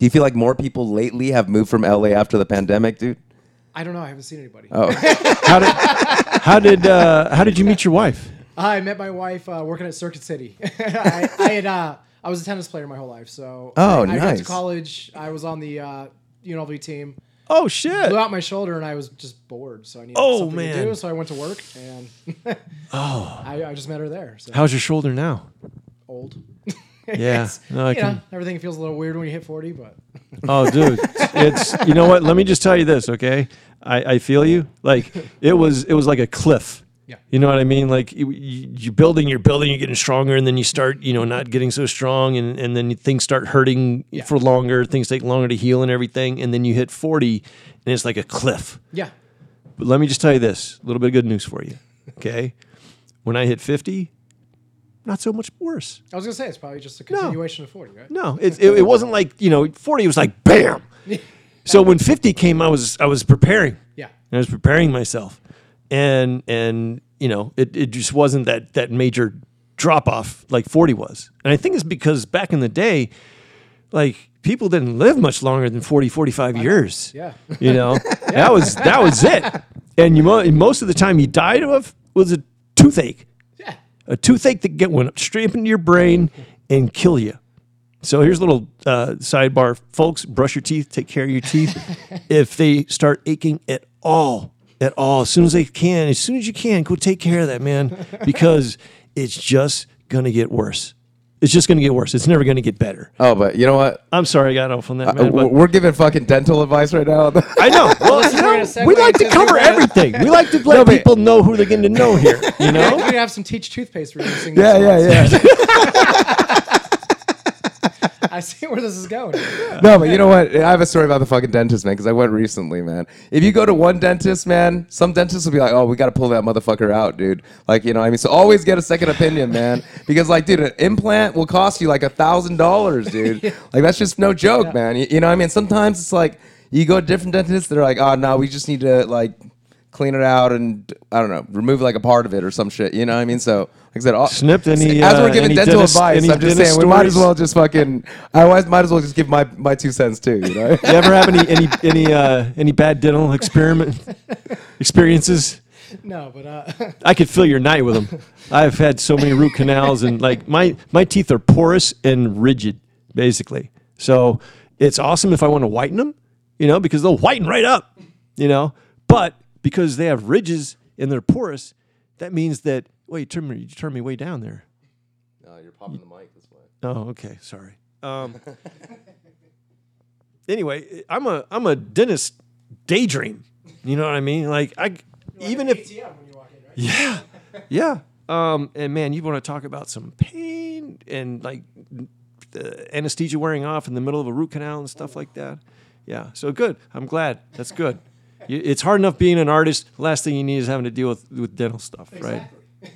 [SPEAKER 6] you feel like more people lately have moved from LA after the pandemic, dude?
[SPEAKER 4] I don't know. I haven't seen anybody.
[SPEAKER 3] how did how did uh, how did you meet your wife?
[SPEAKER 4] I met my wife uh, working at Circuit City. I, I had uh, I was a tennis player my whole life, so
[SPEAKER 6] Oh,
[SPEAKER 4] I, I got
[SPEAKER 6] nice.
[SPEAKER 4] to college. I was on the uh, UNLV team.
[SPEAKER 3] Oh
[SPEAKER 4] Blew
[SPEAKER 3] shit!
[SPEAKER 4] out my shoulder, and I was just bored, so I needed
[SPEAKER 3] Oh,
[SPEAKER 4] something
[SPEAKER 3] man.
[SPEAKER 4] to do. So I went to work, and I, I just met her there. So
[SPEAKER 3] How's your shoulder now?
[SPEAKER 4] old?
[SPEAKER 3] Yeah, no, I
[SPEAKER 4] You know,
[SPEAKER 3] can.
[SPEAKER 4] everything feels a little weird when you hit forty, but
[SPEAKER 3] Oh, dude, it's you know what? Let me just tell you this, okay? I, I feel you. Like it was it was like a cliff.
[SPEAKER 4] Yeah.
[SPEAKER 3] You know what I mean? Like you, you- you're building, you're building, you're getting stronger, and then you start, you know, not getting so strong, and, and then things start hurting for longer. Things take longer to heal and everything, and then you hit 40, and it's like a cliff.
[SPEAKER 4] yeah,
[SPEAKER 3] But let me just tell you this a little bit of good news for you. Okay. When I hit 50, not so much worse.
[SPEAKER 4] I was gonna say it's probably just a continuation of forty, right?
[SPEAKER 3] No, it, it, it wasn't like, you know, 40 was like, bam. So when 50 came, I was, I was preparing.
[SPEAKER 4] Yeah,
[SPEAKER 3] And I was preparing myself. And, and, you know, it, it just wasn't that, that major drop off like 40 was. And I think it's because back in the day, like people didn't live much longer than 40, 45 years
[SPEAKER 4] yeah,
[SPEAKER 3] you know that was that was it and you mo- and most of the time you died of was a toothache
[SPEAKER 4] yeah.
[SPEAKER 3] a toothache that get went straight up into your brain and kill you So here's a little uh, sidebar, folks. Brush your teeth. Take care of your teeth. if they start aching at all, at all, as soon as they can, as soon as you can, go take care of that man, because it's just gonna get worse. It's just gonna get worse. It's never gonna get better.
[SPEAKER 6] Oh, but you know what?
[SPEAKER 3] I'm sorry I got off on that,
[SPEAKER 6] Uh,
[SPEAKER 3] man. but-
[SPEAKER 6] We're giving fucking dental advice right now.
[SPEAKER 3] I know. Well,
[SPEAKER 4] Unless
[SPEAKER 3] you
[SPEAKER 4] we're
[SPEAKER 3] know,
[SPEAKER 4] gonna
[SPEAKER 3] we
[SPEAKER 4] segue
[SPEAKER 3] like to
[SPEAKER 4] into
[SPEAKER 3] cover
[SPEAKER 4] the-
[SPEAKER 3] everything. We like to let
[SPEAKER 6] but-
[SPEAKER 3] people know who they're getting to know here. You
[SPEAKER 4] We
[SPEAKER 3] know.
[SPEAKER 4] could have some teach toothpaste reducing.
[SPEAKER 6] yeah, yeah, yeah.
[SPEAKER 4] I see where this is going.
[SPEAKER 6] No, but you know what? I have a story about the fucking dentist, man, because I went recently, man. If you go to one dentist, man, some dentists will be like, oh, we got to pull that motherfucker out, dude. Like, you know what I mean? So always get a second opinion, man. Because, like, dude, an implant will cost you like a $1,000, dude. Like, that's just no joke, man. You, you know what I mean? Sometimes it's like, you go to different dentists, they're like, oh, no, we just need to, like, clean it out and, I don't know, remove like a part of it or some shit. You know what I mean? So, like I said, all,
[SPEAKER 3] Snipped any,
[SPEAKER 6] as we're
[SPEAKER 3] uh,
[SPEAKER 6] giving
[SPEAKER 3] any
[SPEAKER 6] dental
[SPEAKER 3] dentist-
[SPEAKER 6] advice,
[SPEAKER 3] any
[SPEAKER 6] I'm just saying,
[SPEAKER 3] dentist
[SPEAKER 6] we might as
[SPEAKER 3] stories?
[SPEAKER 6] well I'll just fucking. I always might as well just give my my two cents too. You know.
[SPEAKER 3] You ever have any any any uh, any bad dental experiment experiences?
[SPEAKER 4] No, but uh,
[SPEAKER 3] I could fill your night with them. I've had so many root canals, and like my my teeth are porous and rigid, basically. So it's awesome if I want to whiten them, you know, because they'll whiten right up, you know. But because they have ridges and they're porous, that means that well, you turn me you turn me way down there.
[SPEAKER 6] you're popping the mic this way.
[SPEAKER 3] Oh, okay. Sorry. Um, anyway, I'm a I'm a dentist daydream. You know what I mean? Like I even if
[SPEAKER 4] ATM when you walk in, right?
[SPEAKER 3] yeah yeah. Um, and man, you want to talk about some pain and like the anesthesia wearing off in the middle of a root canal and stuff like that. Yeah. So good. I'm glad. That's good. You, it's hard enough being an artist. The last thing you need is having to deal with, with dental stuff, right?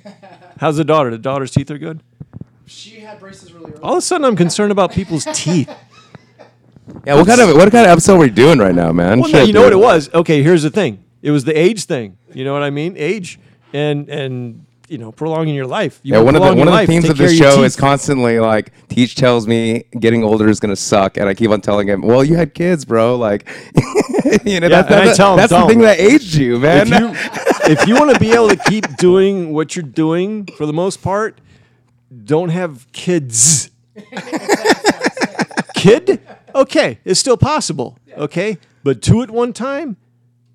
[SPEAKER 3] How's the daughter? The daughter's teeth are good?
[SPEAKER 4] She had braces really early.
[SPEAKER 3] All of a sudden, I'm concerned about people's teeth.
[SPEAKER 6] Yeah. What kind of what kind of episode are we doing right now, man?
[SPEAKER 3] Well, no, you know what it was. Okay, here's the thing. It was the age thing. You know what I mean? Age and and you know prolonging your life. You
[SPEAKER 6] Yeah,
[SPEAKER 3] wanna
[SPEAKER 6] one of the
[SPEAKER 3] prolong
[SPEAKER 6] one
[SPEAKER 3] your
[SPEAKER 6] of the themes
[SPEAKER 3] life, take
[SPEAKER 6] of this
[SPEAKER 3] care your
[SPEAKER 6] show is
[SPEAKER 3] teeth.
[SPEAKER 6] constantly like Teach tells me getting older is gonna suck, and I keep on telling him, "Well, you had kids, bro." Like, you know,
[SPEAKER 3] Yeah,
[SPEAKER 6] that's,
[SPEAKER 3] and I
[SPEAKER 6] that's,
[SPEAKER 3] tell him,
[SPEAKER 6] that's the
[SPEAKER 3] "Don't."
[SPEAKER 6] thing that aged you, man.
[SPEAKER 3] if you if you want to be able to keep doing what you're doing for the most part, don't have kids. Kid? Okay, it's still possible. Okay, but two at one time,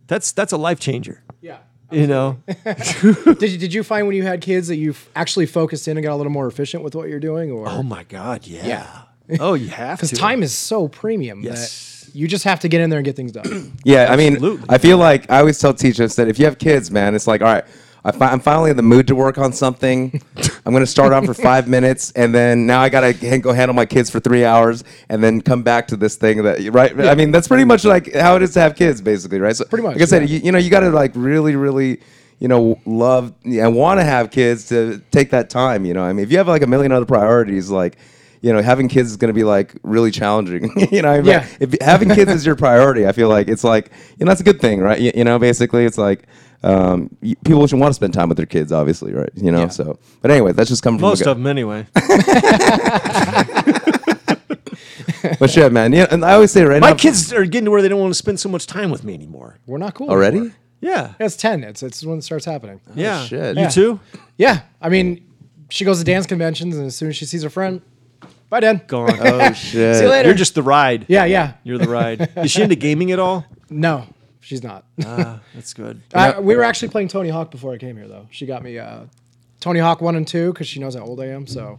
[SPEAKER 3] that's that's a life changer.
[SPEAKER 4] Yeah.
[SPEAKER 3] You know.
[SPEAKER 4] Did you, did you find when you had kids that you f- actually focused in and got a little more efficient with what you're doing, or
[SPEAKER 3] Oh my God! Yeah. Oh, you have to.
[SPEAKER 4] because time is so premium
[SPEAKER 3] Yes.
[SPEAKER 4] that you just have to get in there and get things done.
[SPEAKER 6] Yeah, I mean,
[SPEAKER 3] Absolutely.
[SPEAKER 6] I feel like I always tell teachers that if you have kids, man, it's like, all right, I fi- I'm finally in the mood to work on something. I'm gonna start on for five minutes, and then now I gotta h- go handle my kids for three hours, and then come back to this thing that right. I mean, that's pretty much like how it is to have kids, basically, right? So,
[SPEAKER 4] Pretty much,
[SPEAKER 6] Like I said,
[SPEAKER 4] yeah.
[SPEAKER 6] you, you know, you gotta like really, really. You know, love and want to have kids to take that time. You know, I mean, if you have like a million other priorities, like, you know, having kids is going to be like really challenging. you know, what I mean?
[SPEAKER 4] Yeah.
[SPEAKER 6] if having kids is your priority, I feel like it's like you know that's a good thing, right? You, you know, basically, it's like um, y- people should want to spend time with their kids, obviously, right? You know, so but anyway, that's just come from a
[SPEAKER 3] Most
[SPEAKER 6] good-
[SPEAKER 3] of them, anyway.
[SPEAKER 6] But shit, man, yeah, and I always say right
[SPEAKER 3] My
[SPEAKER 6] now,
[SPEAKER 3] kids are getting to where they don't want to spend so much time with me anymore.
[SPEAKER 4] We're not cool
[SPEAKER 6] already.
[SPEAKER 4] anymore.
[SPEAKER 3] Yeah.
[SPEAKER 4] Yeah, it's ten. It's it's when it starts happening.
[SPEAKER 3] yeah.
[SPEAKER 6] shit.
[SPEAKER 3] You
[SPEAKER 6] Yeah.
[SPEAKER 3] too?
[SPEAKER 4] Yeah, I mean, she goes to dance conventions, and as soon as she sees her friend, bye, Dan.
[SPEAKER 3] Gone.
[SPEAKER 6] Oh shit!
[SPEAKER 4] See you later.
[SPEAKER 3] You're just the ride.
[SPEAKER 4] yeah, yeah.
[SPEAKER 3] You're the ride. Is she into gaming at all?
[SPEAKER 4] No, she's not.
[SPEAKER 3] Ah, that's good.
[SPEAKER 4] I, we were actually playing Tony Hawk before I came here, though. She got me uh, Tony Hawk One and Two because she knows how old I am. So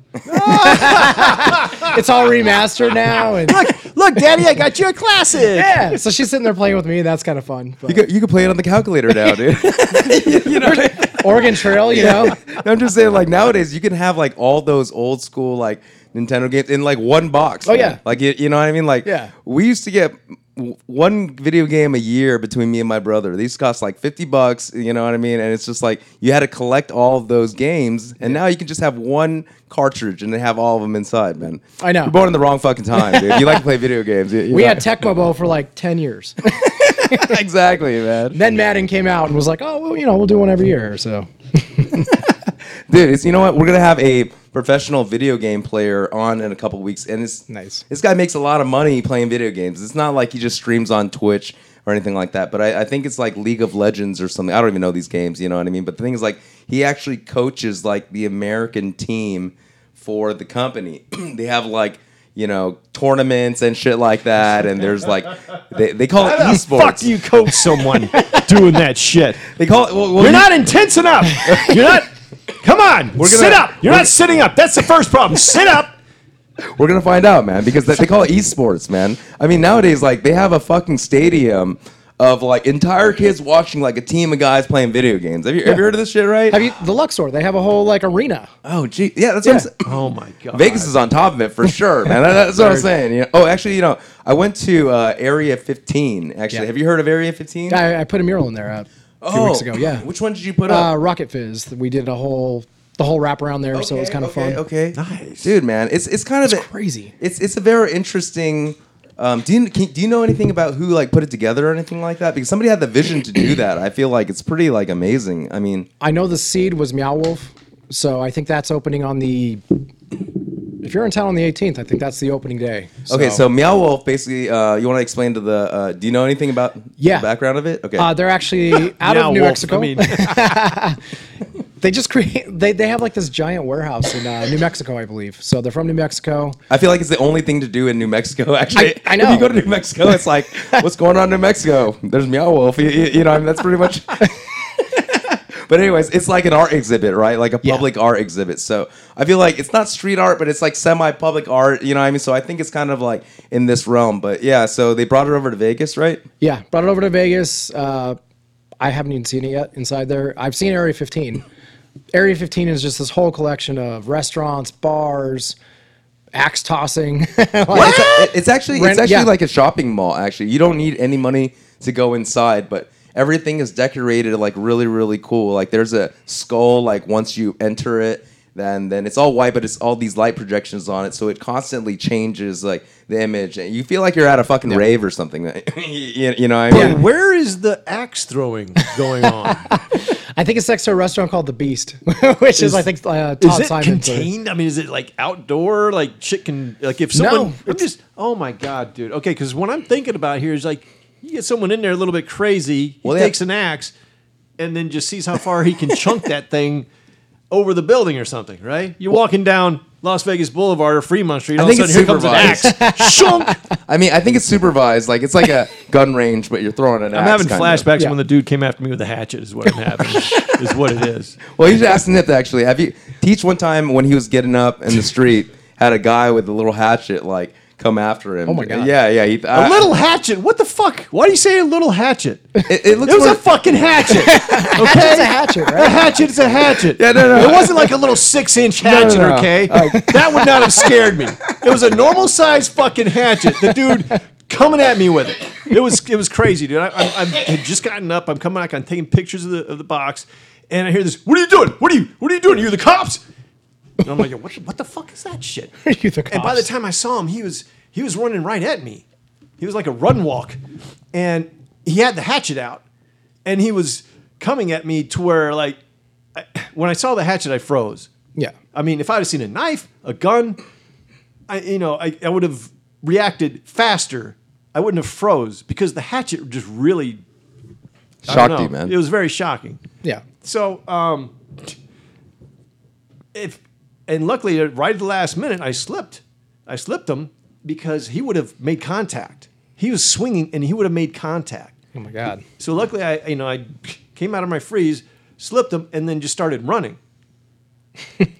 [SPEAKER 4] it's all remastered now, and
[SPEAKER 3] Look, Daddy, I got you a classic.
[SPEAKER 4] yeah. So she's sitting there playing with me. and That's kind of fun. But
[SPEAKER 6] You could, you could play it on the calculator now, dude.
[SPEAKER 4] Oregon Trail, you know.
[SPEAKER 6] I'm just saying, like nowadays, you can have like all those old school like Nintendo games in like one box.
[SPEAKER 4] Oh,
[SPEAKER 6] man.
[SPEAKER 4] yeah.
[SPEAKER 6] like you, you know what I mean. Like
[SPEAKER 4] Yeah.
[SPEAKER 6] we used to get w- one video game a year between me and my brother. These cost like 50 bucks. You know what I mean? And it's just like you had to collect all of those games, and now you can just have one cartridge and they have all of them inside, man.
[SPEAKER 4] I know.
[SPEAKER 6] You're born in the wrong fucking time, dude. You like to play video games. you- you
[SPEAKER 4] We
[SPEAKER 6] know?
[SPEAKER 4] had Tecmo Bowl for like ten years.
[SPEAKER 6] exactly, man.
[SPEAKER 4] then Madden came out and was like, "Oh, well, you know, we'll do one every year." So
[SPEAKER 6] Dude, it's you know what? We're gonna have a professional video game player on in a couple weeks, and it's
[SPEAKER 4] Nice.
[SPEAKER 6] This guy makes a lot of money playing video games. It's not like he just streams on Twitch or anything like that. But I, I think it's like League of Legends or something. I don't even know these games. You know what I mean? But the thing is, like, he actually coaches like the American team for the company. they have like you know tournaments and shit like that. And there's like they, they call it
[SPEAKER 3] How the
[SPEAKER 6] esports.
[SPEAKER 3] fuck do you coach someone doing that shit?
[SPEAKER 6] They call it. Well, well,
[SPEAKER 3] You're
[SPEAKER 6] you-
[SPEAKER 3] not intense enough. You're not. Come on, sit
[SPEAKER 6] gonna-
[SPEAKER 3] up. You're not sitting up. That's the first problem. Sit up.
[SPEAKER 6] We're gonna find out, man, because they they call it esports, man. I mean, nowadays, like they have a fucking stadium of like entire kids watching like a team of guys playing video games. Have you, have you heard of this shit, right?
[SPEAKER 4] Have you the Luxor? They have a whole like arena.
[SPEAKER 6] Oh, gee, yeah, that's what I'm saying.
[SPEAKER 3] Oh my god.
[SPEAKER 6] Vegas is on top of it for sure, man. That- that's what I'm saying. You know- Oh, actually, you know, I went to uh, Area 15. Actually,
[SPEAKER 4] Yeah.
[SPEAKER 6] have you heard of Area 15?
[SPEAKER 4] I, I put a mural in there uh, a few
[SPEAKER 6] oh,
[SPEAKER 4] weeks ago. Yeah,
[SPEAKER 6] Which one did you put
[SPEAKER 4] uh,
[SPEAKER 6] up?
[SPEAKER 4] Rocket Fizz. We did a whole the whole wrap around there, so it was kind of
[SPEAKER 6] okay,
[SPEAKER 4] fun.
[SPEAKER 6] Okay,
[SPEAKER 3] Nice.
[SPEAKER 6] dude, man. It's it's kind of
[SPEAKER 4] It's
[SPEAKER 6] a-
[SPEAKER 4] crazy.
[SPEAKER 6] It's it's a very interesting. Um, do you can, do you know anything about who like put it together or anything like that? Because somebody had the vision to do that. I feel like it's pretty like amazing. I mean,
[SPEAKER 4] I know the seed was Meow Wolf, so I think that's opening on the. If you're in town on the 18th, I think that's the opening day.
[SPEAKER 6] okay, so Meow Wolf basically. Uh, you want to explain to the? Uh, do you know anything about
[SPEAKER 4] Yeah.
[SPEAKER 6] the background of it? Okay,
[SPEAKER 4] uh, they're actually out
[SPEAKER 3] Now,
[SPEAKER 4] of New
[SPEAKER 3] Wolf,
[SPEAKER 4] Mexico.
[SPEAKER 3] I mean,
[SPEAKER 4] they just create. They, they have like this giant warehouse in uh, New Mexico, I believe. So they're from New Mexico.
[SPEAKER 6] I feel like it's the only thing to do in New Mexico. Actually,
[SPEAKER 4] I
[SPEAKER 6] If
[SPEAKER 4] know.
[SPEAKER 6] you go to New Mexico, it's like, what's going on in New Mexico? There's Meow Wolf. You, you- you know, I mean, that's pretty much. but anyways, it's like an art exhibit, right? Like a public art exhibit. So I feel like it's not street art, but it's like semi-public art. You know what I mean? So I think it's kind of like in this realm. But yeah, so they brought it over to Vegas, right?
[SPEAKER 4] Yeah, brought it over to Vegas. Uh, I haven't even seen it yet inside there. I've seen Area 15. Area 15 is just this whole collection of restaurants, bars, axe tossing.
[SPEAKER 6] It's, a- it's actually it's
[SPEAKER 4] Ah! Rent-
[SPEAKER 6] actually
[SPEAKER 4] yeah.
[SPEAKER 6] like a shopping mall. Actually, you don't need any money to go inside, but everything is decorated like really really cool. Like there's a skull like once you enter it, then then it's all white, but it's all these light projections on it, so it constantly changes like the image, and you feel like you're at a fucking rave or something. you, you know, what I mean,
[SPEAKER 3] where is the axe throwing going on?
[SPEAKER 4] I think it's next to a restaurant called The Beast, which is, I think uh, Todd
[SPEAKER 3] is it
[SPEAKER 4] Simon's.
[SPEAKER 3] contained? I mean, is it like outdoor? Like chicken? Like if someone? I'm just. Oh my god, dude. Okay, because what I'm thinking about here is like you get someone in there a little bit crazy. He
[SPEAKER 6] Well, yeah.
[SPEAKER 3] takes an axe, and then just sees how far he can chunk that thing over the building or something. Right? You're walking down Las Vegas Boulevard or Fremont Street. All of a
[SPEAKER 6] think
[SPEAKER 3] sudden, here
[SPEAKER 6] it's
[SPEAKER 3] comes an axe. Shunk.
[SPEAKER 6] I mean, I think it's supervised. Like it's like a gun range, but you're throwing an.
[SPEAKER 3] I'm having flashbacks
[SPEAKER 4] Yeah.
[SPEAKER 3] when the dude came after me with a hatchet. Is what I'm having. is what it is.
[SPEAKER 6] Well, you should ask Nip actually. Have you teach one time when he was getting up in the street had a guy with a little hatchet like come after him? Oh
[SPEAKER 4] my God.
[SPEAKER 6] Yeah, yeah. He,
[SPEAKER 3] A little hatchet. What the fuck? Why do you say a little hatchet?
[SPEAKER 6] It, it looks.
[SPEAKER 3] It was
[SPEAKER 6] more-
[SPEAKER 3] a fucking hatchet. Okay,
[SPEAKER 4] It's a hatchet,
[SPEAKER 3] a
[SPEAKER 4] right?
[SPEAKER 3] hatchet is a hatchet.
[SPEAKER 6] Yeah, no, no.
[SPEAKER 3] It wasn't like a little six-inch hatchet.
[SPEAKER 6] no, no.
[SPEAKER 3] Okay, that would not have scared me. It was a normal-sized fucking hatchet. The dude coming at me with it. It was it was crazy, dude. I, I, I had just gotten up. I'm coming back. I'm taking pictures of the of the box, and I hear this. What are you doing? What are you What are you doing? You're the cops. And I'm like, what, what the fuck is that shit?
[SPEAKER 4] You the
[SPEAKER 3] And by the
[SPEAKER 4] cops.
[SPEAKER 3] time I saw him, he was he was running right at me. He was like a run walk, and he had the hatchet out, and he was coming at me to where like I, when I saw the hatchet, I froze.
[SPEAKER 4] Yeah.
[SPEAKER 3] I mean, if I'd have seen a knife, a gun, I you know I, I would have reacted faster. I wouldn't have froze because the hatchet just really I don't
[SPEAKER 6] shocked you,
[SPEAKER 3] know,
[SPEAKER 6] man.
[SPEAKER 3] It was very shocking.
[SPEAKER 4] Yeah.
[SPEAKER 3] So, um, if and luckily, uh, right at the last minute, I slipped. I slipped him because he would have made contact. He was swinging, and he would have made contact.
[SPEAKER 4] Oh my God.
[SPEAKER 3] So luckily, I you know I came out of my freeze, slipped him, and then just started running.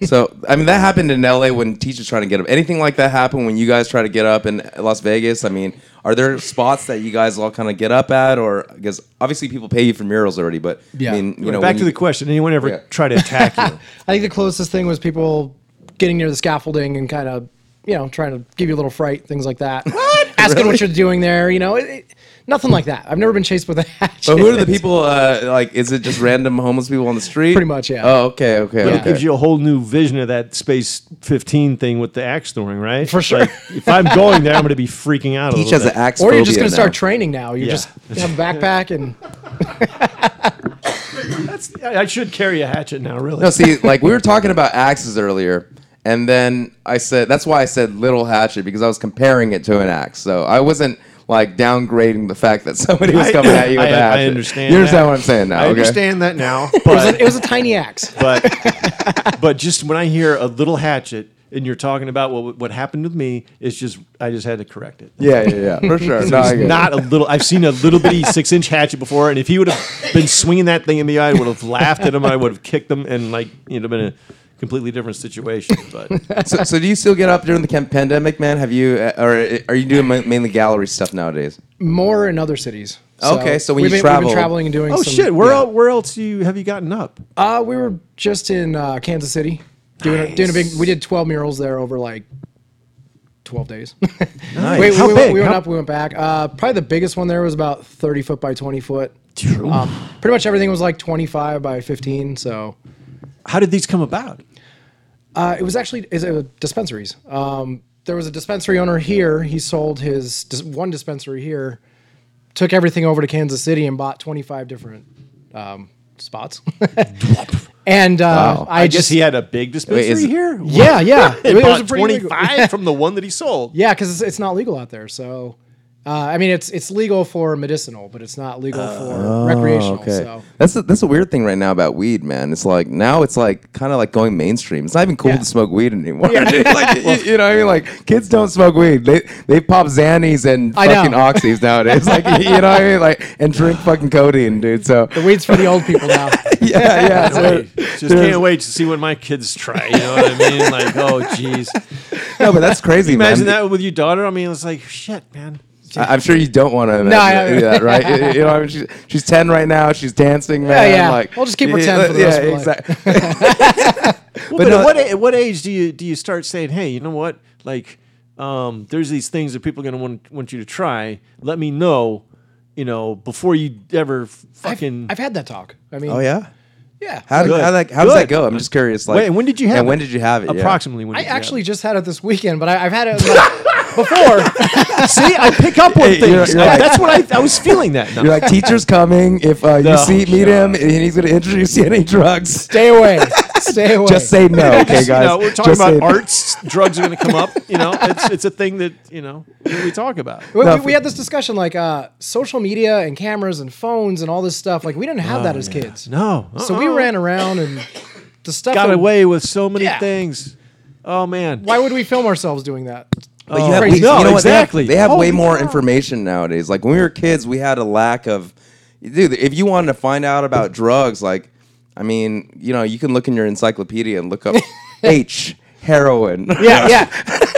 [SPEAKER 6] so I mean, that happened in L.A. when teachers trying to get up. Anything like that happened when you guys try to get up in Las Vegas? I mean, are there spots that you guys all kind of get up at, or because obviously people pay you for murals already, but
[SPEAKER 4] Yeah.
[SPEAKER 6] I mean, you know,
[SPEAKER 3] Back
[SPEAKER 6] when
[SPEAKER 3] to
[SPEAKER 6] you-
[SPEAKER 3] the question: Anyone ever
[SPEAKER 6] Yeah.
[SPEAKER 3] try to attack you?
[SPEAKER 4] I think the closest thing was people getting near the scaffolding and kind of, you know, trying to give you a little fright, things like that. What? Asking what you're doing there, you know, it, it- nothing like that. I've never been chased with a hatchet.
[SPEAKER 6] But who are the people? Uh, like, is it just random homeless people on the street?
[SPEAKER 4] Pretty much, yeah.
[SPEAKER 6] Oh, okay, okay.
[SPEAKER 3] But
[SPEAKER 6] okay.
[SPEAKER 3] it gives you a whole new vision of that space 15 thing with the axe throwing, right?
[SPEAKER 4] For sure.
[SPEAKER 3] Like, if I'm going there, I'm going to be freaking out. A
[SPEAKER 6] Teach
[SPEAKER 3] little
[SPEAKER 6] has an
[SPEAKER 3] bit.
[SPEAKER 6] axe.
[SPEAKER 4] Or you're just
[SPEAKER 6] phobia
[SPEAKER 4] going to
[SPEAKER 6] now.
[SPEAKER 4] start training now. You
[SPEAKER 3] Yeah.
[SPEAKER 4] just have a backpack and
[SPEAKER 3] That's, I I should carry a hatchet now, really.
[SPEAKER 6] No, see, like we were talking about axes earlier, and then I said that's why I said little hatchet because I was comparing it to an axe. So I wasn't like downgrading the fact that somebody was
[SPEAKER 3] I-
[SPEAKER 6] coming at you with
[SPEAKER 3] I-
[SPEAKER 6] a
[SPEAKER 3] I
[SPEAKER 6] hatchet.
[SPEAKER 3] understand
[SPEAKER 6] You understand
[SPEAKER 3] that.
[SPEAKER 6] what I'm saying now?
[SPEAKER 3] I
[SPEAKER 6] okay?
[SPEAKER 3] understand that now,
[SPEAKER 4] it was,
[SPEAKER 3] but
[SPEAKER 4] a, it was a tiny axe.
[SPEAKER 3] but but just when I hear a little hatchet, and you're talking about what what happened with me is just I just had to correct it.
[SPEAKER 6] Yeah, yeah, yeah, for sure. No, I
[SPEAKER 3] It's
[SPEAKER 6] get it.
[SPEAKER 3] not a little. I've seen a little bitty six inch hatchet before, and if he would have been swinging that thing at me, I would have laughed at him. I would have kicked him, and like it'd have been a completely different situation. But
[SPEAKER 6] So, so do you still get up during the cam- pandemic, man? Have you, uh, or are you doing ma- mainly gallery stuff nowadays?
[SPEAKER 4] More in other cities.
[SPEAKER 6] Okay, so when
[SPEAKER 4] we've
[SPEAKER 6] you
[SPEAKER 4] been,
[SPEAKER 6] travel-
[SPEAKER 4] we've been traveling and doing.
[SPEAKER 3] oh
[SPEAKER 4] some,
[SPEAKER 3] shit, where
[SPEAKER 6] yeah.
[SPEAKER 3] el- where else you have you gotten up?
[SPEAKER 4] Uh, we were just in uh, Kansas City doing a, doing a big. We did twelve murals there over like twelve days.
[SPEAKER 3] Nice.
[SPEAKER 4] we,
[SPEAKER 3] How
[SPEAKER 4] we,
[SPEAKER 3] big?
[SPEAKER 4] we went
[SPEAKER 3] How-
[SPEAKER 4] up, we went back. Uh, probably the biggest one there was about thirty foot by twenty foot. Um, pretty much everything was like twenty five by fifteen. So
[SPEAKER 3] How did these come about?
[SPEAKER 4] uh, it was actually is it dispensaries. Um, there was a dispensary owner here. He sold his dis- one dispensary here, took everything over to Kansas City and bought twenty five different um, spots. and uh, I,
[SPEAKER 3] I guess
[SPEAKER 4] just
[SPEAKER 3] he had a big dispensary
[SPEAKER 6] is-
[SPEAKER 3] here.
[SPEAKER 4] yeah yeah
[SPEAKER 3] It,
[SPEAKER 4] was
[SPEAKER 3] bought
[SPEAKER 4] a pretty big-
[SPEAKER 3] 25 from the one that he sold.
[SPEAKER 4] Yeah, because it's, it's not legal out there. So, uh, I mean, it's it's legal for medicinal, but it's not legal
[SPEAKER 6] Uh,
[SPEAKER 4] for recreational. So,
[SPEAKER 6] That's a, that's a weird thing right now about weed, man. It's like now it's like kind of like going mainstream. It's not even cool
[SPEAKER 4] Yeah.
[SPEAKER 6] to smoke weed anymore. dude. Like, you, you know, what I mean, like kids don't smoke weed. They they pop Xannies and
[SPEAKER 4] I know.
[SPEAKER 6] fucking oxys nowadays. like you know, what I mean, like and drink fucking codeine, dude. So
[SPEAKER 4] weed's for the old people now.
[SPEAKER 6] yeah, yeah. so-
[SPEAKER 3] Wait, just can't wait to see what my kids try. You know what I mean? Like, oh, jeez.
[SPEAKER 6] no, but that's crazy, man.
[SPEAKER 3] Imagine that with your daughter. I mean, it's like, shit, man.
[SPEAKER 6] I- I'm sure you don't want to
[SPEAKER 4] I-
[SPEAKER 6] do that, right? You- you know, I mean, she's, she's ten right now. She's dancing, man.
[SPEAKER 4] yeah.
[SPEAKER 6] Like,
[SPEAKER 4] We'll just keep her
[SPEAKER 6] yeah,
[SPEAKER 4] 10 for the rest of her
[SPEAKER 6] Yeah,
[SPEAKER 4] life.
[SPEAKER 6] exactly.
[SPEAKER 3] Well,
[SPEAKER 6] But
[SPEAKER 3] but,
[SPEAKER 6] no-
[SPEAKER 3] at, what, a- at what age do you do you start saying, hey, you know what? Like, um, there's these things that people are gonna want, want you to try. Let me know, you know, before you ever f-
[SPEAKER 4] I've,
[SPEAKER 3] fucking.
[SPEAKER 4] I've had that talk. I mean,
[SPEAKER 6] Oh yeah.
[SPEAKER 4] yeah.
[SPEAKER 6] How, did,
[SPEAKER 3] Good.
[SPEAKER 6] how, like, how does that
[SPEAKER 3] Good.
[SPEAKER 6] go? I'm just curious. Like,
[SPEAKER 3] Wait, when did you have
[SPEAKER 6] and
[SPEAKER 3] it?
[SPEAKER 6] when did you have it? yeah.
[SPEAKER 3] approximately when
[SPEAKER 4] I
[SPEAKER 3] did you have
[SPEAKER 4] actually
[SPEAKER 3] it?
[SPEAKER 4] just had it this weekend, but I, I've had it like, before.
[SPEAKER 3] see I pick up on
[SPEAKER 6] Hey,
[SPEAKER 3] things.
[SPEAKER 6] you're- you're
[SPEAKER 3] I-
[SPEAKER 6] like-
[SPEAKER 3] that's what I, I was feeling that.
[SPEAKER 6] You're
[SPEAKER 3] Night.
[SPEAKER 6] like, teacher's coming. If uh, you
[SPEAKER 3] No.
[SPEAKER 6] see, meet him, and he's going to introduce you to any drugs.
[SPEAKER 4] Stay away. Stay away.
[SPEAKER 6] Just say no, okay, guys.
[SPEAKER 3] You know, we're talking
[SPEAKER 6] Just say
[SPEAKER 3] about
[SPEAKER 6] no.
[SPEAKER 3] arts. Drugs are going to come up. You know, it's it's a thing that you know we talk about.
[SPEAKER 4] We, we, we had this discussion like uh, social media and cameras and phones and all this stuff. Like we didn't
[SPEAKER 6] Oh,
[SPEAKER 4] have that as kids.
[SPEAKER 3] No,
[SPEAKER 4] So we ran around and the stuff.
[SPEAKER 3] got
[SPEAKER 4] that-
[SPEAKER 3] away with so many
[SPEAKER 4] Yeah.
[SPEAKER 3] things. Oh man,
[SPEAKER 4] Why would we film ourselves doing that? Oh,
[SPEAKER 6] But you have,
[SPEAKER 4] Crazy.
[SPEAKER 6] we- you
[SPEAKER 3] No,
[SPEAKER 6] know what, they have-
[SPEAKER 3] exactly.
[SPEAKER 6] They have, way
[SPEAKER 3] Holy
[SPEAKER 6] more information nowadays. Like when we were kids, we had a lack of. Dude, if you wanted to find out about drugs, like, I mean, you know, you can look in your encyclopedia and look up H heroin.
[SPEAKER 4] Yeah, yeah.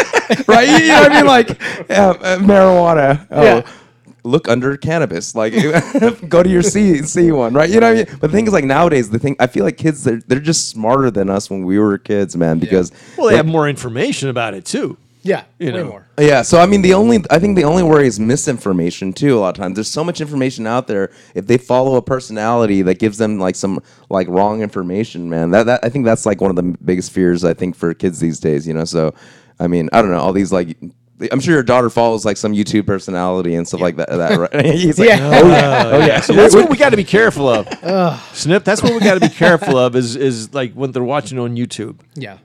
[SPEAKER 6] right? You know what I mean? Like uh, uh, marijuana. Oh,
[SPEAKER 4] Yeah.
[SPEAKER 6] Look under cannabis. Like go to your C C one, right? You know what I mean? But the thing is, like nowadays, the thing I feel like kids they're, they're just smarter than us when we were kids, man. Because
[SPEAKER 3] Well, they
[SPEAKER 6] like,
[SPEAKER 3] have more information about it too.
[SPEAKER 4] Yeah,
[SPEAKER 3] You
[SPEAKER 4] way
[SPEAKER 3] know.
[SPEAKER 4] more.
[SPEAKER 6] yeah, so I mean, the only I think the only worry is misinformation too. A lot of times, there's so much information out there. If they follow a personality that gives them like some like wrong information, man, that, that I think that's like one of the biggest fears I think for kids these days. You know, so I mean, I don't know all these like. I'm sure your daughter follows like some YouTube personality and stuff like that. That right? He's like,
[SPEAKER 4] Yeah.
[SPEAKER 6] oh yeah, oh yeah.
[SPEAKER 3] Uh, So that's what we got to be careful of. Snip. That's what we got to be careful of. Is is like when they're watching on YouTube
[SPEAKER 4] Yeah.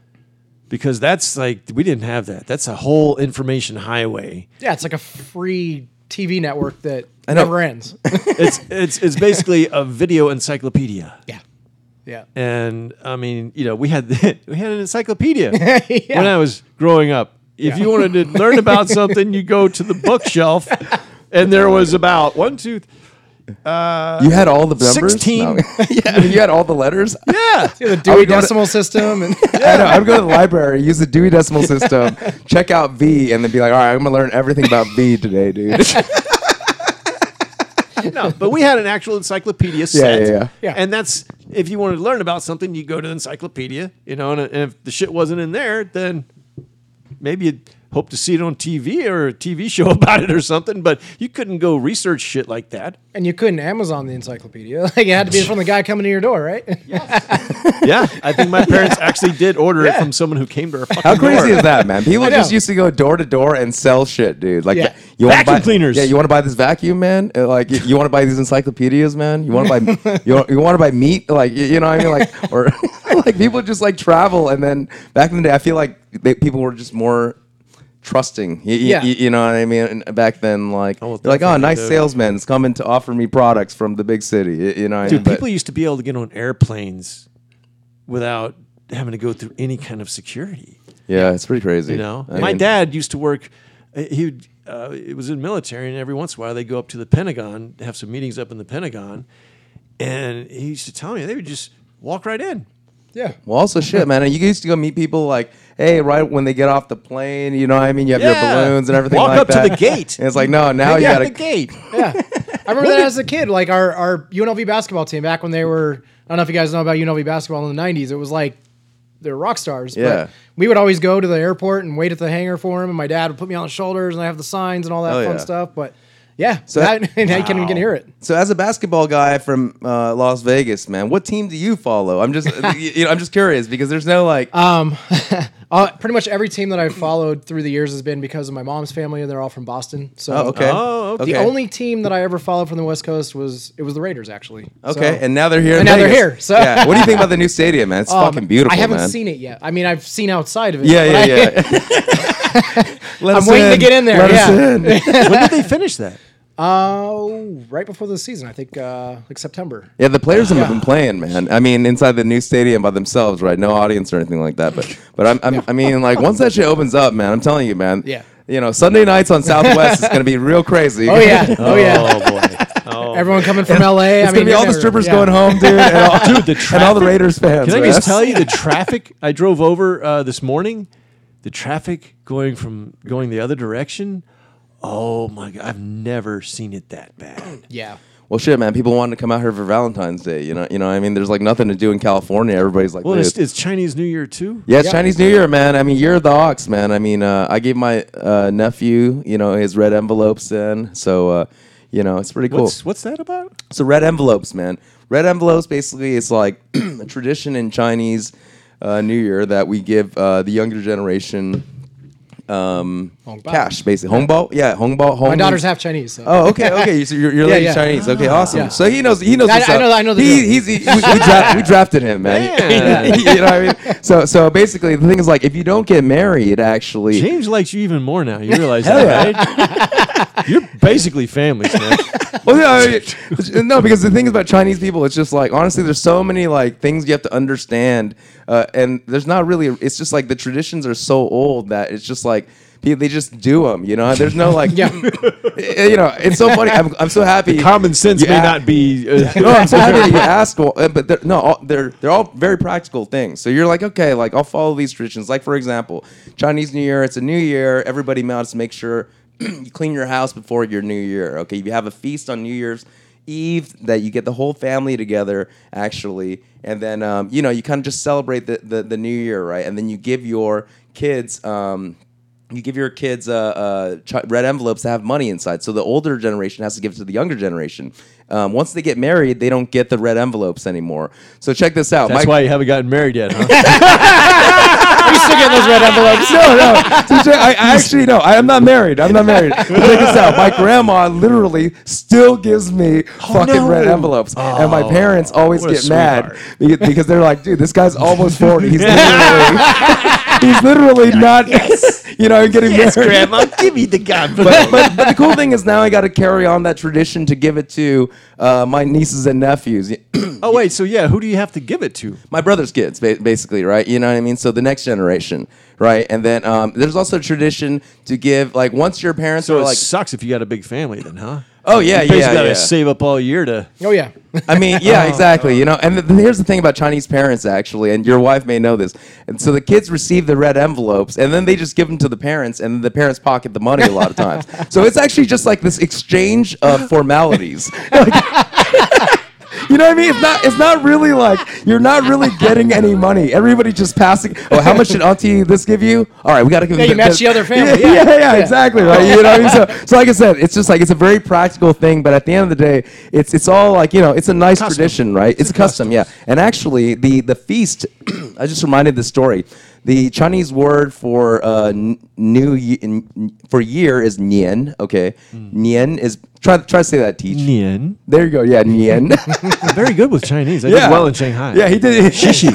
[SPEAKER 3] because that's like we didn't have that. That's a whole information highway.
[SPEAKER 4] Yeah, it's like a free TV network that
[SPEAKER 6] I know.
[SPEAKER 4] never ends.
[SPEAKER 3] It's it's it's basically a video encyclopedia.
[SPEAKER 4] yeah. Yeah.
[SPEAKER 3] and I mean, you know, we had we had an encyclopedia when I was growing up. If
[SPEAKER 4] Yeah.
[SPEAKER 3] you wanted to learn about something, you go to the bookshelf, and there was about one, two, th-
[SPEAKER 6] you had all the numbers.
[SPEAKER 3] 16.
[SPEAKER 6] No. yeah, you had all the letters.
[SPEAKER 3] yeah,
[SPEAKER 4] The Dewey
[SPEAKER 6] would go to-
[SPEAKER 4] Decimal System and
[SPEAKER 6] I know. I'd go to the library, use the Dewey Decimal System, check out V, and then be like, all right, I'm gonna learn everything about V today, dude.
[SPEAKER 3] no, but we had an actual encyclopedia set.
[SPEAKER 6] yeah, yeah.
[SPEAKER 4] Yeah.
[SPEAKER 3] And that's if you wanted to learn about something, you go to the encyclopedia, you know, and, and if the shit wasn't in there, then maybe you'd hope to see it on TV or a TV show about it or something, but you couldn't go research shit like that.
[SPEAKER 4] and you couldn't Amazon the encyclopedia. Like it had to be from the guy coming to your door, right?
[SPEAKER 3] Yeah, I think my parents actually did order it from someone who came to our fucking
[SPEAKER 6] How crazy
[SPEAKER 3] door.
[SPEAKER 6] is that, man? People
[SPEAKER 4] know.
[SPEAKER 6] just used to go door to door and sell shit, dude. Like,
[SPEAKER 4] Yeah.
[SPEAKER 6] th- you want
[SPEAKER 3] Vacuum
[SPEAKER 6] buy,
[SPEAKER 3] cleaners.
[SPEAKER 6] Yeah, you want to buy this vacuum, man? Uh, Like, you, you want to buy these encyclopedias, man? You want to buy you, want, you want to buy meat? Like, you, you know what I mean? Like, or like people just like travel, and then back in the day, I feel like they, people were just more trusting. You, yeah.
[SPEAKER 4] Yeah.
[SPEAKER 6] you, know what I mean? And back then, like,
[SPEAKER 3] well,
[SPEAKER 6] you're like, oh,
[SPEAKER 3] definitely,
[SPEAKER 6] nice
[SPEAKER 3] dude.
[SPEAKER 6] salesman is coming to offer me products from the big city. You, you know, what I mean?
[SPEAKER 3] Dude,
[SPEAKER 6] But-
[SPEAKER 3] people used to be able to get on airplanes without having to go through any kind of security.
[SPEAKER 6] Yeah, it's pretty crazy.
[SPEAKER 3] You know,
[SPEAKER 6] I
[SPEAKER 3] my
[SPEAKER 6] mean,
[SPEAKER 3] dad used to work. uh, He would, uh, it was in the military, and every once in a while they would go up to the Pentagon, have some meetings up in the Pentagon, and he used to tell me they would just walk right in.
[SPEAKER 4] Yeah.
[SPEAKER 6] Well, also shit, man. You used to go meet people like, hey, right when they get off the plane, you know what I mean? You have
[SPEAKER 3] Yeah.
[SPEAKER 6] your balloons and everything
[SPEAKER 3] Walk
[SPEAKER 6] like
[SPEAKER 3] up to
[SPEAKER 6] that.
[SPEAKER 3] the gate.
[SPEAKER 6] And it's like, no, now Oh, you
[SPEAKER 3] yeah,
[SPEAKER 6] gotta.
[SPEAKER 3] the gate.
[SPEAKER 4] Yeah. I remember that as a kid. Like our, our UNLV basketball team back when they were, I don't know if you guys know about UNLV basketball in the 90s. It was like they were rock stars.
[SPEAKER 6] Yeah.
[SPEAKER 4] But we would always go to the airport and wait at the hangar for him. And my dad would put me on his shoulders and I have the signs and all that
[SPEAKER 6] Oh,
[SPEAKER 4] fun
[SPEAKER 6] yeah.
[SPEAKER 4] stuff. But yeah, so
[SPEAKER 6] that-
[SPEAKER 4] that, and I can, can hear it.
[SPEAKER 6] So, as a basketball guy from uh, Las Vegas, man, what team do you follow? I'm just, you know, I'm just curious because there's no like,
[SPEAKER 4] Um, Uh, pretty much every team that I've followed through the years has been because of my mom's family and they're all from Boston. So uh,
[SPEAKER 6] oh, okay,
[SPEAKER 3] Oh, okay.
[SPEAKER 4] the only team that I ever followed from the West Coast was, it was the Raiders actually.
[SPEAKER 6] okay,
[SPEAKER 4] So-
[SPEAKER 6] and now they're here.
[SPEAKER 4] And
[SPEAKER 6] in
[SPEAKER 4] now they're
[SPEAKER 6] Vegas.
[SPEAKER 4] here, so-
[SPEAKER 6] yeah. What do you think about the new stadium, man? It's
[SPEAKER 4] Um,
[SPEAKER 6] fucking beautiful.
[SPEAKER 4] I haven't
[SPEAKER 6] man.
[SPEAKER 4] seen it yet. I mean, I've seen outside of it.
[SPEAKER 6] Yeah,
[SPEAKER 4] but
[SPEAKER 6] yeah,
[SPEAKER 4] I-
[SPEAKER 6] yeah. Let
[SPEAKER 4] I'm
[SPEAKER 6] us
[SPEAKER 4] waiting to get in there,
[SPEAKER 6] Let us
[SPEAKER 4] yeah.
[SPEAKER 6] in.
[SPEAKER 3] when did they finish that?
[SPEAKER 4] Oh, right before the season, I think, uh, like September.
[SPEAKER 6] Yeah, the players have been playing, man. I mean, inside the new stadium by themselves, right? No audience or anything like that. But, but I'm, I'm, I mean, like once that shit opens up, man, I'm telling you, man.
[SPEAKER 4] Yeah.
[SPEAKER 6] You know, Sunday nights on Southwest is gonna be real crazy.
[SPEAKER 4] Oh yeah, oh yeah.
[SPEAKER 3] boy. Oh.
[SPEAKER 4] Everyone coming from LA. I
[SPEAKER 6] It's
[SPEAKER 4] mean,
[SPEAKER 6] gonna be all the
[SPEAKER 4] they're-
[SPEAKER 6] strippers
[SPEAKER 4] yeah.
[SPEAKER 6] going home, dude, and all,
[SPEAKER 3] the
[SPEAKER 6] and all the
[SPEAKER 3] traffic.
[SPEAKER 6] Raiders fans.
[SPEAKER 3] Can I
[SPEAKER 6] man.
[SPEAKER 3] just tell you the traffic? I drove over uh, this morning. The traffic going from going the other direction. Oh my god! I've never seen it that bad.
[SPEAKER 4] Yeah,
[SPEAKER 6] Well, shit, man. People wanted to come out here for Valentine's Day. You know, you know. what I mean, there's like nothing to do in California. Everybody's like,
[SPEAKER 3] Well,
[SPEAKER 6] dude.
[SPEAKER 3] it's, it's Chinese New Year too.
[SPEAKER 6] Yeah, it's Chinese New Year, man. I mean, you're the ox, man. I mean, uh, I gave my uh, nephew, you know, his red envelopes in. So, uh, you know, it's pretty cool.
[SPEAKER 3] What's what's that about?
[SPEAKER 6] So red envelopes, man. Red envelopes basically is like a tradition in Chinese uh, New Year that we give uh, the younger generation um,
[SPEAKER 4] Hongbao.
[SPEAKER 6] cash, basically. Hongbao, yeah, hongbao. Hong
[SPEAKER 4] my daughter's half Chinese. So.
[SPEAKER 6] Oh, okay, okay. So you're, you're
[SPEAKER 4] Yeah,
[SPEAKER 6] lady
[SPEAKER 4] yeah.
[SPEAKER 6] Chinese. Okay, awesome.
[SPEAKER 4] Yeah.
[SPEAKER 6] So he knows. He knows.
[SPEAKER 4] I-
[SPEAKER 6] what's
[SPEAKER 4] I
[SPEAKER 6] up.
[SPEAKER 4] know- I know the
[SPEAKER 6] He,
[SPEAKER 4] drill.
[SPEAKER 6] he's he, we, we, dra- we drafted him, man.
[SPEAKER 3] Man.
[SPEAKER 6] you know what I mean? So so basically, the thing is like, if you don't get married, actually,
[SPEAKER 3] James likes you even more now. You realize that, right? You're basically family, man.
[SPEAKER 6] Well, Oh, yeah, I mean, no, because the thing about Chinese people, it's just like honestly, there's so many like things you have to understand, uh, and there's not really. It's just like the traditions are so old that it's just like pe- they just do them. You know, there's no like,
[SPEAKER 4] Yeah.
[SPEAKER 6] you know, it's so funny. I'm, I'm so happy.
[SPEAKER 3] Common sense may
[SPEAKER 6] Yeah.
[SPEAKER 3] not be. uh,
[SPEAKER 6] no, I'm so happy that you asked. Well, uh, but they're, no, all, they're they're all very practical things. So you're like, okay, like I'll follow these traditions. Like for example, Chinese New Year. It's a new year. Everybody mounts. Make sure you clean your house before your new year. Okay, you have a feast on New Year's Eve that you get the whole family together actually, and then um, you know you kind of just celebrate the, the the new year, right? And then you give your kids. Um, you give your kids uh, uh, chi- red envelopes that have money inside. So the older generation has to give it to the younger generation. Um, once they get married, they don't get the red envelopes anymore. So check this out.
[SPEAKER 3] That's
[SPEAKER 6] My-
[SPEAKER 3] why you haven't gotten married yet, huh?
[SPEAKER 4] you still get those red envelopes.
[SPEAKER 6] no, no. So check- I, I actually no. I am not married. I'm not married. But check this out. My grandma literally still gives me fucking
[SPEAKER 3] Oh, no. Oh,
[SPEAKER 6] red envelopes, and my parents always
[SPEAKER 3] what a
[SPEAKER 6] get mad
[SPEAKER 3] sweetheart.
[SPEAKER 6] beca- because they're like, "Dude, this guy's almost 40. He's literally, he's literally not, you know, getting married."
[SPEAKER 3] give me the god.
[SPEAKER 6] but, but, but the cool thing is now I got to carry on that tradition to give it to uh, my nieces and nephews,
[SPEAKER 3] Oh wait, so yeah, who do you have to give it to?
[SPEAKER 6] my brother's kids, ba- basically, right? You know what I mean? So the next generation, right? And then um, there's also a tradition to give, like, once your parents
[SPEAKER 3] So
[SPEAKER 6] are
[SPEAKER 3] it
[SPEAKER 6] like,
[SPEAKER 3] sucks if you got a big family, then, huh?
[SPEAKER 6] oh, yeah,
[SPEAKER 3] You
[SPEAKER 6] yeah.
[SPEAKER 3] got to
[SPEAKER 6] yeah.
[SPEAKER 3] save up all year to.
[SPEAKER 4] Oh yeah,
[SPEAKER 6] I mean, yeah, exactly. You know, and th- here's the thing about Chinese parents, actually, and your wife may know this. And so the kids receive the red envelopes, and then they just give them to the parents, and the parents pocket the money a lot of times. so it's actually just like this exchange of formalities. Like- You know what I mean? It's not. It's not really like you're not really getting any money. Everybody just passing. Oh, how much did Auntie this give you? All right, we got to give.
[SPEAKER 4] Yeah,
[SPEAKER 6] them
[SPEAKER 4] you match the other family,
[SPEAKER 6] yeah,
[SPEAKER 4] yeah.
[SPEAKER 6] yeah, yeah, exactly. Right. You know what I mean? So, so like I said, it's just like it's a very practical thing, but at the end of the day, it's it's all like you know, it's a nice tradition, right? It's, a custom, yeah. And actually, the the feast, I just reminded the story. The Chinese word for uh, n- new ye- n- n- for year is nian. Okay,
[SPEAKER 4] Hmm.
[SPEAKER 6] nian is try try to say that. Teach.
[SPEAKER 3] Nian.
[SPEAKER 6] There you go. Yeah, nian.
[SPEAKER 3] I'm very good with Chinese. I did well in Shanghai.
[SPEAKER 6] Yeah, he did.
[SPEAKER 3] Shishi.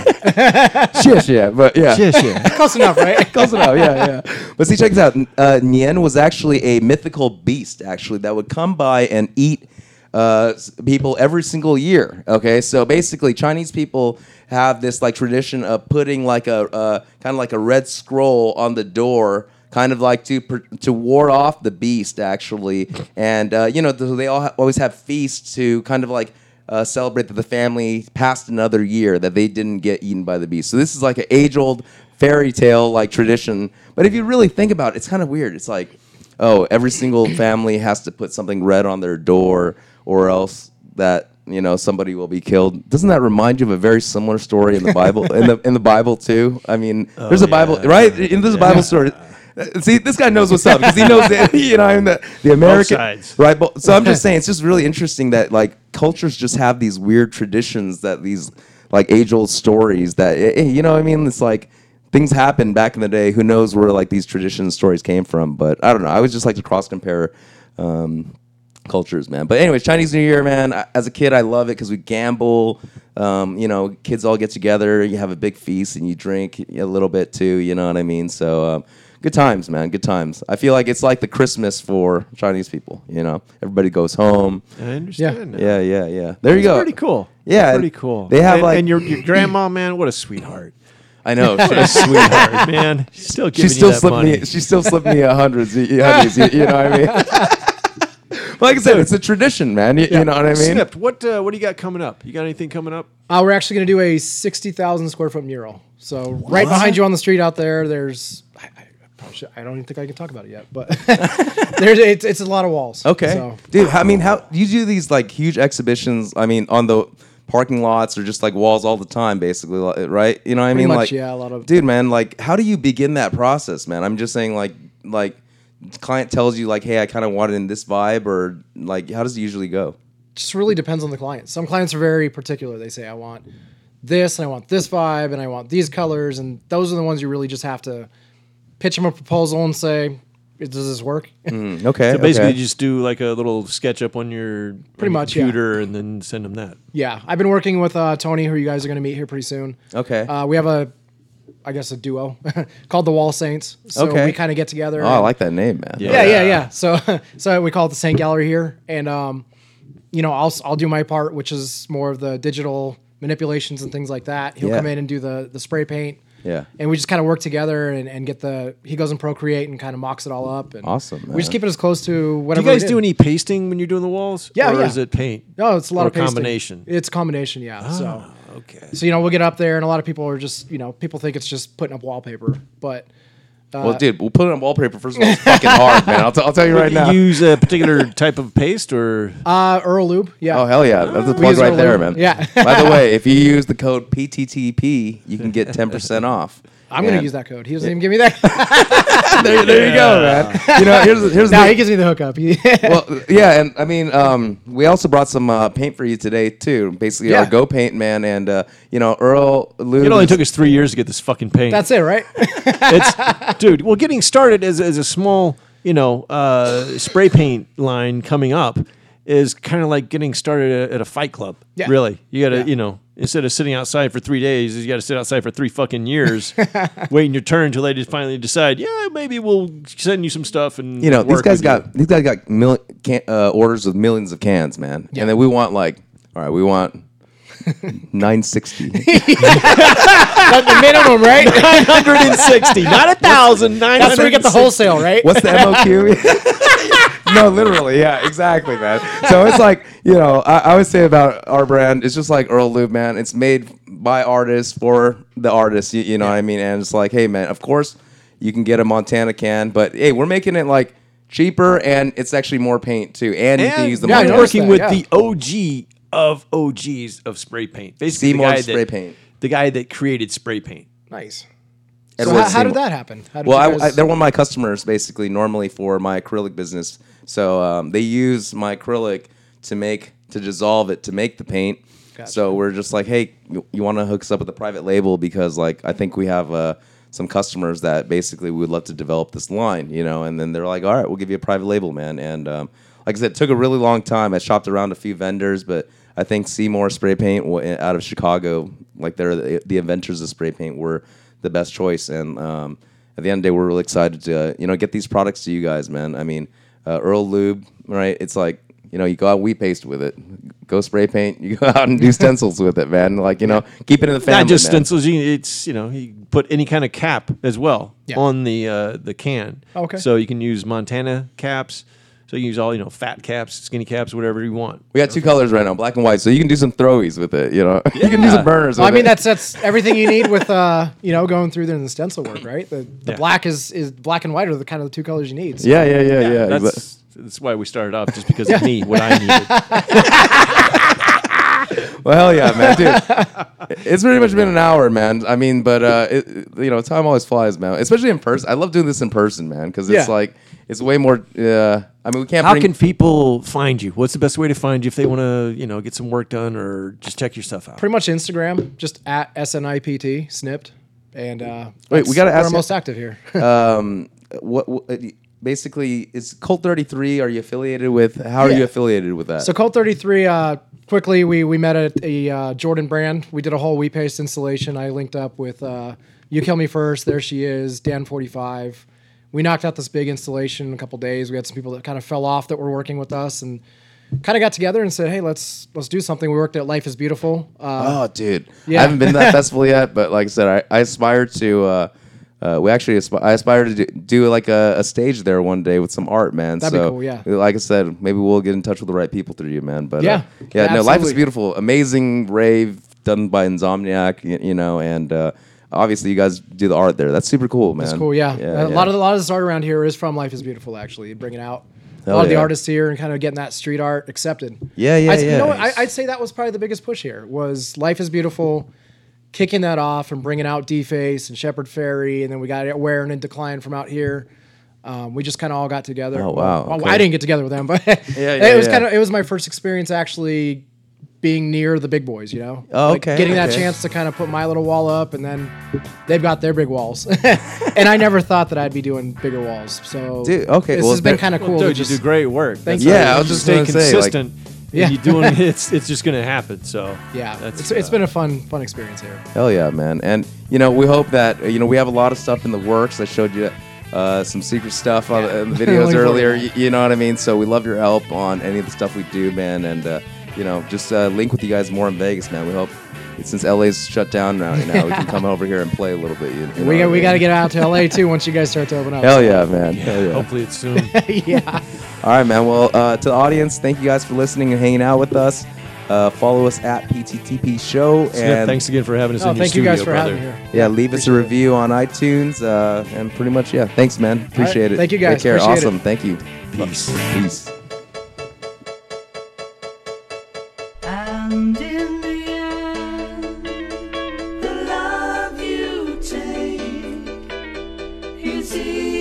[SPEAKER 6] Shish, yeah, but yeah.
[SPEAKER 3] Shishi.
[SPEAKER 4] close enough, right?
[SPEAKER 6] Close enough, yeah, yeah. But see, check this out. Uh, Nien was actually a mythical beast, actually, that would come by and eat uh, s- people every single year. Okay, so basically, Chinese people have this like tradition of putting like a uh, kind of like a red scroll on the door kind of like to pr- to ward off the beast actually and uh, you know th- they all ha- always have feasts to kind of like uh, celebrate that the family passed another year that they didn't get eaten by the beast so this is like an age old fairy tale like tradition but if you really think about it it's kind of weird it's like oh every single family has to put something red on their door or else that you know somebody will be killed doesn't that remind you of a very similar story in the bible in the in the bible too i mean there's a bible
[SPEAKER 3] yeah.
[SPEAKER 6] right in this bible story uh, See, this guy knows what's up because he knows that you know I'm the, the American
[SPEAKER 3] sides.
[SPEAKER 6] right. bo- So I'm just saying, it's just really interesting that like cultures just have these weird traditions that these like age old stories that eh, eh, you know what I mean. It's like things happened back in the day. Who knows where like these traditions stories came from? But I don't know. I always just like to cross compare. Um, cultures, man. But anyways, Chinese New Year, man. I, as a kid, I love it because we gamble. Um, you know, kids all get together. You have a big feast and you drink a little bit too. You know what I mean? So um, good times, man. Good times. I feel like it's like the Christmas for Chinese people. You know, everybody goes home.
[SPEAKER 3] I understand. now.
[SPEAKER 6] Yeah, yeah, yeah. There you go.
[SPEAKER 3] Pretty cool.
[SPEAKER 6] Yeah,
[SPEAKER 3] pretty
[SPEAKER 6] and
[SPEAKER 3] cool.
[SPEAKER 6] they have,
[SPEAKER 3] and,
[SPEAKER 6] like-
[SPEAKER 3] and your your grandma, man. What a sweetheart.
[SPEAKER 6] I know.
[SPEAKER 3] What a sweetheart, man. She's still
[SPEAKER 6] she
[SPEAKER 3] giving
[SPEAKER 6] still
[SPEAKER 3] you that
[SPEAKER 6] slipped
[SPEAKER 3] money.
[SPEAKER 6] me. She still slipped me a hundreds. y- hundreds y- you, know what I mean? like I said, it's a tradition, man. You, you know what I mean?
[SPEAKER 3] Snipped. What uh, what do you got coming up? You got anything coming up?
[SPEAKER 4] Uh, we're actually going to do a 60,000 square foot mural. So right behind you on the street out there, there's. I, I, probably should, I don't even think I can talk about it yet, but there's it's, it's a lot of walls.
[SPEAKER 6] Okay,
[SPEAKER 4] So,
[SPEAKER 6] dude. I mean, how you do these like huge exhibitions? I mean, on the parking lots or just like walls all the time, basically, li- right? You know what I mean?
[SPEAKER 4] much,
[SPEAKER 6] like,
[SPEAKER 4] yeah, a lot of-
[SPEAKER 6] Dude, man, like, how do you begin that process, man? I'm just saying, like, like client tells you like, hey, I kind of want it in this vibe, or like, how does it usually go?
[SPEAKER 4] just really depends on the client. Some clients are very particular. They say, I want this and I want this vibe and I want these colors. And those are the ones you really just have to pitch them a proposal and say, does this work?
[SPEAKER 6] Hmm. Okay,
[SPEAKER 3] So basically, you just do like a little sketch up on your pretty
[SPEAKER 4] much, yeah.
[SPEAKER 3] computer, and then send them that.
[SPEAKER 4] yeah. I've been working with uh, Tony, who you guys are going to meet here pretty soon.
[SPEAKER 6] okay.
[SPEAKER 4] Uh, we have a, I guess, a duo called the Wall Saints. So
[SPEAKER 6] Okay.
[SPEAKER 4] we kind of get together.
[SPEAKER 6] oh, I
[SPEAKER 4] and-
[SPEAKER 6] like that name, man.
[SPEAKER 4] Yeah,
[SPEAKER 3] uh,
[SPEAKER 4] yeah, yeah. So, so we call it the Saint Gallery here, and um, you know, I'll I'll do my part, which is more of the digital manipulations and things like that. He'll
[SPEAKER 6] Yeah.
[SPEAKER 4] come in and do the the spray paint.
[SPEAKER 6] Yeah.
[SPEAKER 4] And we just kind of work together and, and get the he goes and procreate and kind of mocks it all up. And
[SPEAKER 6] Awesome,
[SPEAKER 4] We just
[SPEAKER 6] man.
[SPEAKER 4] keep it as close to
[SPEAKER 3] Do
[SPEAKER 4] whatever.
[SPEAKER 3] you guys
[SPEAKER 4] we
[SPEAKER 3] do
[SPEAKER 4] did.
[SPEAKER 3] any pasting when you're doing the walls?
[SPEAKER 4] Yeah,
[SPEAKER 3] or
[SPEAKER 4] yeah.
[SPEAKER 3] is it paint?
[SPEAKER 4] No, it's a lot
[SPEAKER 3] or
[SPEAKER 4] of pasting.
[SPEAKER 3] combination?
[SPEAKER 4] It's a combination, yeah.
[SPEAKER 3] Ah,
[SPEAKER 4] So
[SPEAKER 3] okay.
[SPEAKER 4] so you know we'll get up there and a lot of people are just you know people think it's just putting up wallpaper, but
[SPEAKER 6] well, dude, we'll put it on wallpaper. First of all, it's fucking hard, man. I'll, t- I'll tell you right now.
[SPEAKER 3] You use a particular type of paste, or
[SPEAKER 4] uh, Earl Lube, yeah.
[SPEAKER 6] Oh hell yeah! That's the plug
[SPEAKER 4] use
[SPEAKER 6] right
[SPEAKER 4] our
[SPEAKER 6] there, man.
[SPEAKER 4] link. Yeah.
[SPEAKER 6] By the way, if you use the code PTTP, you can get ten percent off.
[SPEAKER 4] I'm gonna
[SPEAKER 6] And-
[SPEAKER 4] use that code. He doesn't even give me that.
[SPEAKER 6] There, there you go, man. You know, here's here's
[SPEAKER 4] no,
[SPEAKER 6] the
[SPEAKER 4] he gives me the hookup. He-
[SPEAKER 6] well, yeah, and I mean, um, we also brought some uh, paint for you today too. Basically, our
[SPEAKER 4] Yeah.
[SPEAKER 6] Go Paint man, and uh, you know, Earl Lou.
[SPEAKER 3] it only took us three years to get this fucking paint.
[SPEAKER 4] That's it, right?
[SPEAKER 3] it's dude. Well, getting started as as a small you know uh, spray paint line coming up is kind of like getting started at, at a fight club.
[SPEAKER 4] Yeah.
[SPEAKER 3] Really, you got to you know instead of sitting outside for three days, you got to sit outside for three fucking years, waiting your turn until they just finally decide. Yeah, maybe we'll send you some stuff and
[SPEAKER 6] you know, these
[SPEAKER 3] work
[SPEAKER 6] guys
[SPEAKER 3] with
[SPEAKER 6] got these guys got mil- can- uh, orders with millions of cans, man. And then we want like, all right, we want nine sixty.
[SPEAKER 4] the minimum, right?
[SPEAKER 3] 160, not a thousand.
[SPEAKER 4] That's where we get the wholesale, right?
[SPEAKER 6] What's the MOQ? no, literally, yeah, exactly, man. So it's like you know, I, I would say about our brand, it's just like Earl Lube, man. It's made by artists for the artists. You, you know what I mean? And it's like, hey, man, of course you can get a Montana can, but hey, we're making it like cheaper and it's actually more paint too, and, you can
[SPEAKER 3] And
[SPEAKER 6] use the
[SPEAKER 4] yeah, I
[SPEAKER 6] Montana.
[SPEAKER 4] noticed
[SPEAKER 3] working
[SPEAKER 4] that,
[SPEAKER 3] with
[SPEAKER 4] yeah.
[SPEAKER 3] the OG of OGs of spray paint. Basically,
[SPEAKER 6] Seymour
[SPEAKER 3] the guy
[SPEAKER 6] spray
[SPEAKER 3] that,
[SPEAKER 6] paint.
[SPEAKER 3] The guy that created spray paint.
[SPEAKER 4] nice. So
[SPEAKER 6] Edward
[SPEAKER 4] how, how
[SPEAKER 6] Seymour.
[SPEAKER 4] did that happen? How did
[SPEAKER 6] Well,
[SPEAKER 4] you
[SPEAKER 6] I, I,
[SPEAKER 4] guys-
[SPEAKER 6] they're one of my customers basically normally for my acrylic business. So um, they use my acrylic to make to dissolve it to make the paint. So we're just like, hey, you, you want to hook us up with a private label because like I think we have uh, some customers that basically we would love to develop this line, you know. And then they're like, all right, we'll give you a private label, man. And um, like I said, it took a really long time. I shopped around a few vendors, but I think Seymour Spray Paint wa- out of Chicago, like they're the, the inventors of spray paint, were the best choice. And um, at the end of the day, we're really excited to uh, you know get these products to you guys, man. I mean, uh, Earl Lube, right? It's like
[SPEAKER 2] You know, you go out wheat paste with it. Go spray paint. You go out and do stencils with it, man. Like you know, keep it in the family.
[SPEAKER 3] Not just
[SPEAKER 2] man.
[SPEAKER 3] stencils. You, it's you know you put any kind of cap as well
[SPEAKER 4] Yeah.
[SPEAKER 3] on the uh, the can.
[SPEAKER 4] Okay.
[SPEAKER 3] So you can use Montana caps. So you can use all you know fat caps, skinny caps, whatever you want.
[SPEAKER 2] We got two colors right now, black and white. So you can do some throwies with it. You know, you can do some burners.
[SPEAKER 4] Well, I
[SPEAKER 2] with
[SPEAKER 4] mean,
[SPEAKER 2] it.
[SPEAKER 4] that's that's everything you need with uh, you know, going through there in the stencil work, right? The, the
[SPEAKER 3] Yeah.
[SPEAKER 4] black is is black and white are the kind of the two colors you need. So
[SPEAKER 2] yeah, yeah, yeah, yeah. exa-
[SPEAKER 3] That's that's why we started off just because of me, what I needed.
[SPEAKER 2] Well, hell yeah, man, dude. It's pretty much been an hour, man. I mean, but uh, it, you know, time always flies, man. Especially in person. I love doing this in person, man, because it's
[SPEAKER 4] Yeah.
[SPEAKER 2] like it's way more. Uh, I mean, we can't.
[SPEAKER 3] How
[SPEAKER 2] bring,
[SPEAKER 3] can people find you? What's the best way to find you if they want to, you know, get some work done or just check your stuff out?
[SPEAKER 4] pretty much Instagram, just at snipt snipped, and uh,
[SPEAKER 2] Wait, we
[SPEAKER 4] that's
[SPEAKER 2] gotta
[SPEAKER 4] where
[SPEAKER 2] ask
[SPEAKER 4] I'm
[SPEAKER 2] you-
[SPEAKER 4] most active here.
[SPEAKER 2] what, what uh, basically is Colt Thirty Three? Are you affiliated with? How are
[SPEAKER 4] Yeah.
[SPEAKER 2] you affiliated with that?
[SPEAKER 4] So Colt 33, uh, quickly, we, we met at a uh, Jordan brand. We did a whole We Paste installation. I linked up with uh, You Kill Me First, There She Is, Dan 45. We knocked out this big installation in a couple days. We had some people that kind of fell off that were working with us and kind of got together and said, hey, let's let's do something. We worked at Life is Beautiful. Uh,
[SPEAKER 2] Oh, dude.
[SPEAKER 4] Yeah.
[SPEAKER 2] I haven't been to that festival yet, but like I said, I, I aspire to. Uh, uh, we actually, asp- I aspire to do, do like a, a stage there one day with some art, man.
[SPEAKER 4] That'd be
[SPEAKER 2] so,
[SPEAKER 4] cool, yeah.
[SPEAKER 2] Like I said, maybe we'll get in touch with the right people through you, man. But
[SPEAKER 4] Yeah.
[SPEAKER 2] uh, yeah, no, life is
[SPEAKER 4] Absolutely.
[SPEAKER 2] beautiful. Amazing rave done by Insomniac, you, you know, and uh, obviously you guys do the art there. That's super cool, man.
[SPEAKER 4] It's cool, yeah. a
[SPEAKER 2] yeah.
[SPEAKER 4] lot of a lot of this art around here is from Life is Beautiful. Actually, bringing out a
[SPEAKER 2] Hell
[SPEAKER 4] lot of the
[SPEAKER 2] yeah.
[SPEAKER 4] artists here and kind of getting that street art accepted.
[SPEAKER 2] Yeah, yeah,
[SPEAKER 4] I'd, You
[SPEAKER 2] yeah.
[SPEAKER 4] know what? I, I'd say that was probably the biggest push here was Life is Beautiful, kicking that off and bringing out D Face and Shepherd Ferry, and then we got Wearing and Decline from out here. Um, we just kind of all got together.
[SPEAKER 2] Oh, wow,
[SPEAKER 4] Well,
[SPEAKER 2] okay.
[SPEAKER 4] I didn't get together with them, but
[SPEAKER 2] yeah,
[SPEAKER 4] it was
[SPEAKER 2] yeah.
[SPEAKER 4] kind of it was my first experience actually being near the big boys. You know,
[SPEAKER 2] Oh,
[SPEAKER 4] Like,
[SPEAKER 2] okay,
[SPEAKER 4] getting that
[SPEAKER 2] okay.
[SPEAKER 4] chance to kind of put my little wall up, and then they've got their big walls. and I never thought that I'i'd be doing bigger walls. So,
[SPEAKER 2] Dude, okay,
[SPEAKER 4] this
[SPEAKER 2] well,
[SPEAKER 4] has been
[SPEAKER 2] there-
[SPEAKER 4] kind of cool. to
[SPEAKER 3] Dude,
[SPEAKER 4] just-
[SPEAKER 3] you do great work.
[SPEAKER 4] Thank
[SPEAKER 3] That's
[SPEAKER 4] you.
[SPEAKER 3] how
[SPEAKER 4] Yeah,
[SPEAKER 3] you
[SPEAKER 2] I was
[SPEAKER 3] should
[SPEAKER 2] just
[SPEAKER 3] stay
[SPEAKER 2] gonna say, like-
[SPEAKER 3] consistent.
[SPEAKER 4] Yeah.
[SPEAKER 3] yeah, you doing it's it's just gonna happen. So
[SPEAKER 4] yeah,
[SPEAKER 3] that's uh,
[SPEAKER 4] it's, it's been a fun fun experience here.
[SPEAKER 2] Hell yeah, man. And, you know, we hope that, uh, you know, we have a lot of stuff in the works. I showed you uh, some secret stuff on the, in the videos
[SPEAKER 4] Looking forward
[SPEAKER 2] earlier.
[SPEAKER 4] to
[SPEAKER 2] You, you know what I mean? So we love your help on any of the stuff we do, man. And, uh, you know, just uh, link with you guys more in Vegas, man. We hope. Since LA's shut down now, right now we can come over here and play a little bit. You, you know
[SPEAKER 4] We
[SPEAKER 2] what I
[SPEAKER 4] got we
[SPEAKER 2] mean?
[SPEAKER 4] got to get out to LA too once you guys start to open up.
[SPEAKER 2] Hell yeah, man. Hell
[SPEAKER 4] Oh.
[SPEAKER 2] yeah.
[SPEAKER 3] hopefully it's soon.
[SPEAKER 2] All right, man. Well, uh, to the audience, thank you guys for listening and hanging out with us. Uh, follow us at PTTP Show.
[SPEAKER 3] Smith,
[SPEAKER 2] and
[SPEAKER 3] thanks again for having us.
[SPEAKER 4] No,
[SPEAKER 3] in your
[SPEAKER 4] Oh, thank you guys for
[SPEAKER 3] studio, brother.
[SPEAKER 4] having me here.
[SPEAKER 2] Yeah, leave us a
[SPEAKER 4] Appreciate it.
[SPEAKER 2] review on iTunes. Uh, and pretty much, yeah. Thanks, man. Appreciate it.
[SPEAKER 4] Thank you,
[SPEAKER 2] Take
[SPEAKER 4] guys.
[SPEAKER 2] care.
[SPEAKER 4] Appreciate it.
[SPEAKER 2] awesome. Thank you.
[SPEAKER 3] Peace.
[SPEAKER 2] Peace.
[SPEAKER 7] And in the end, the love you take is easy.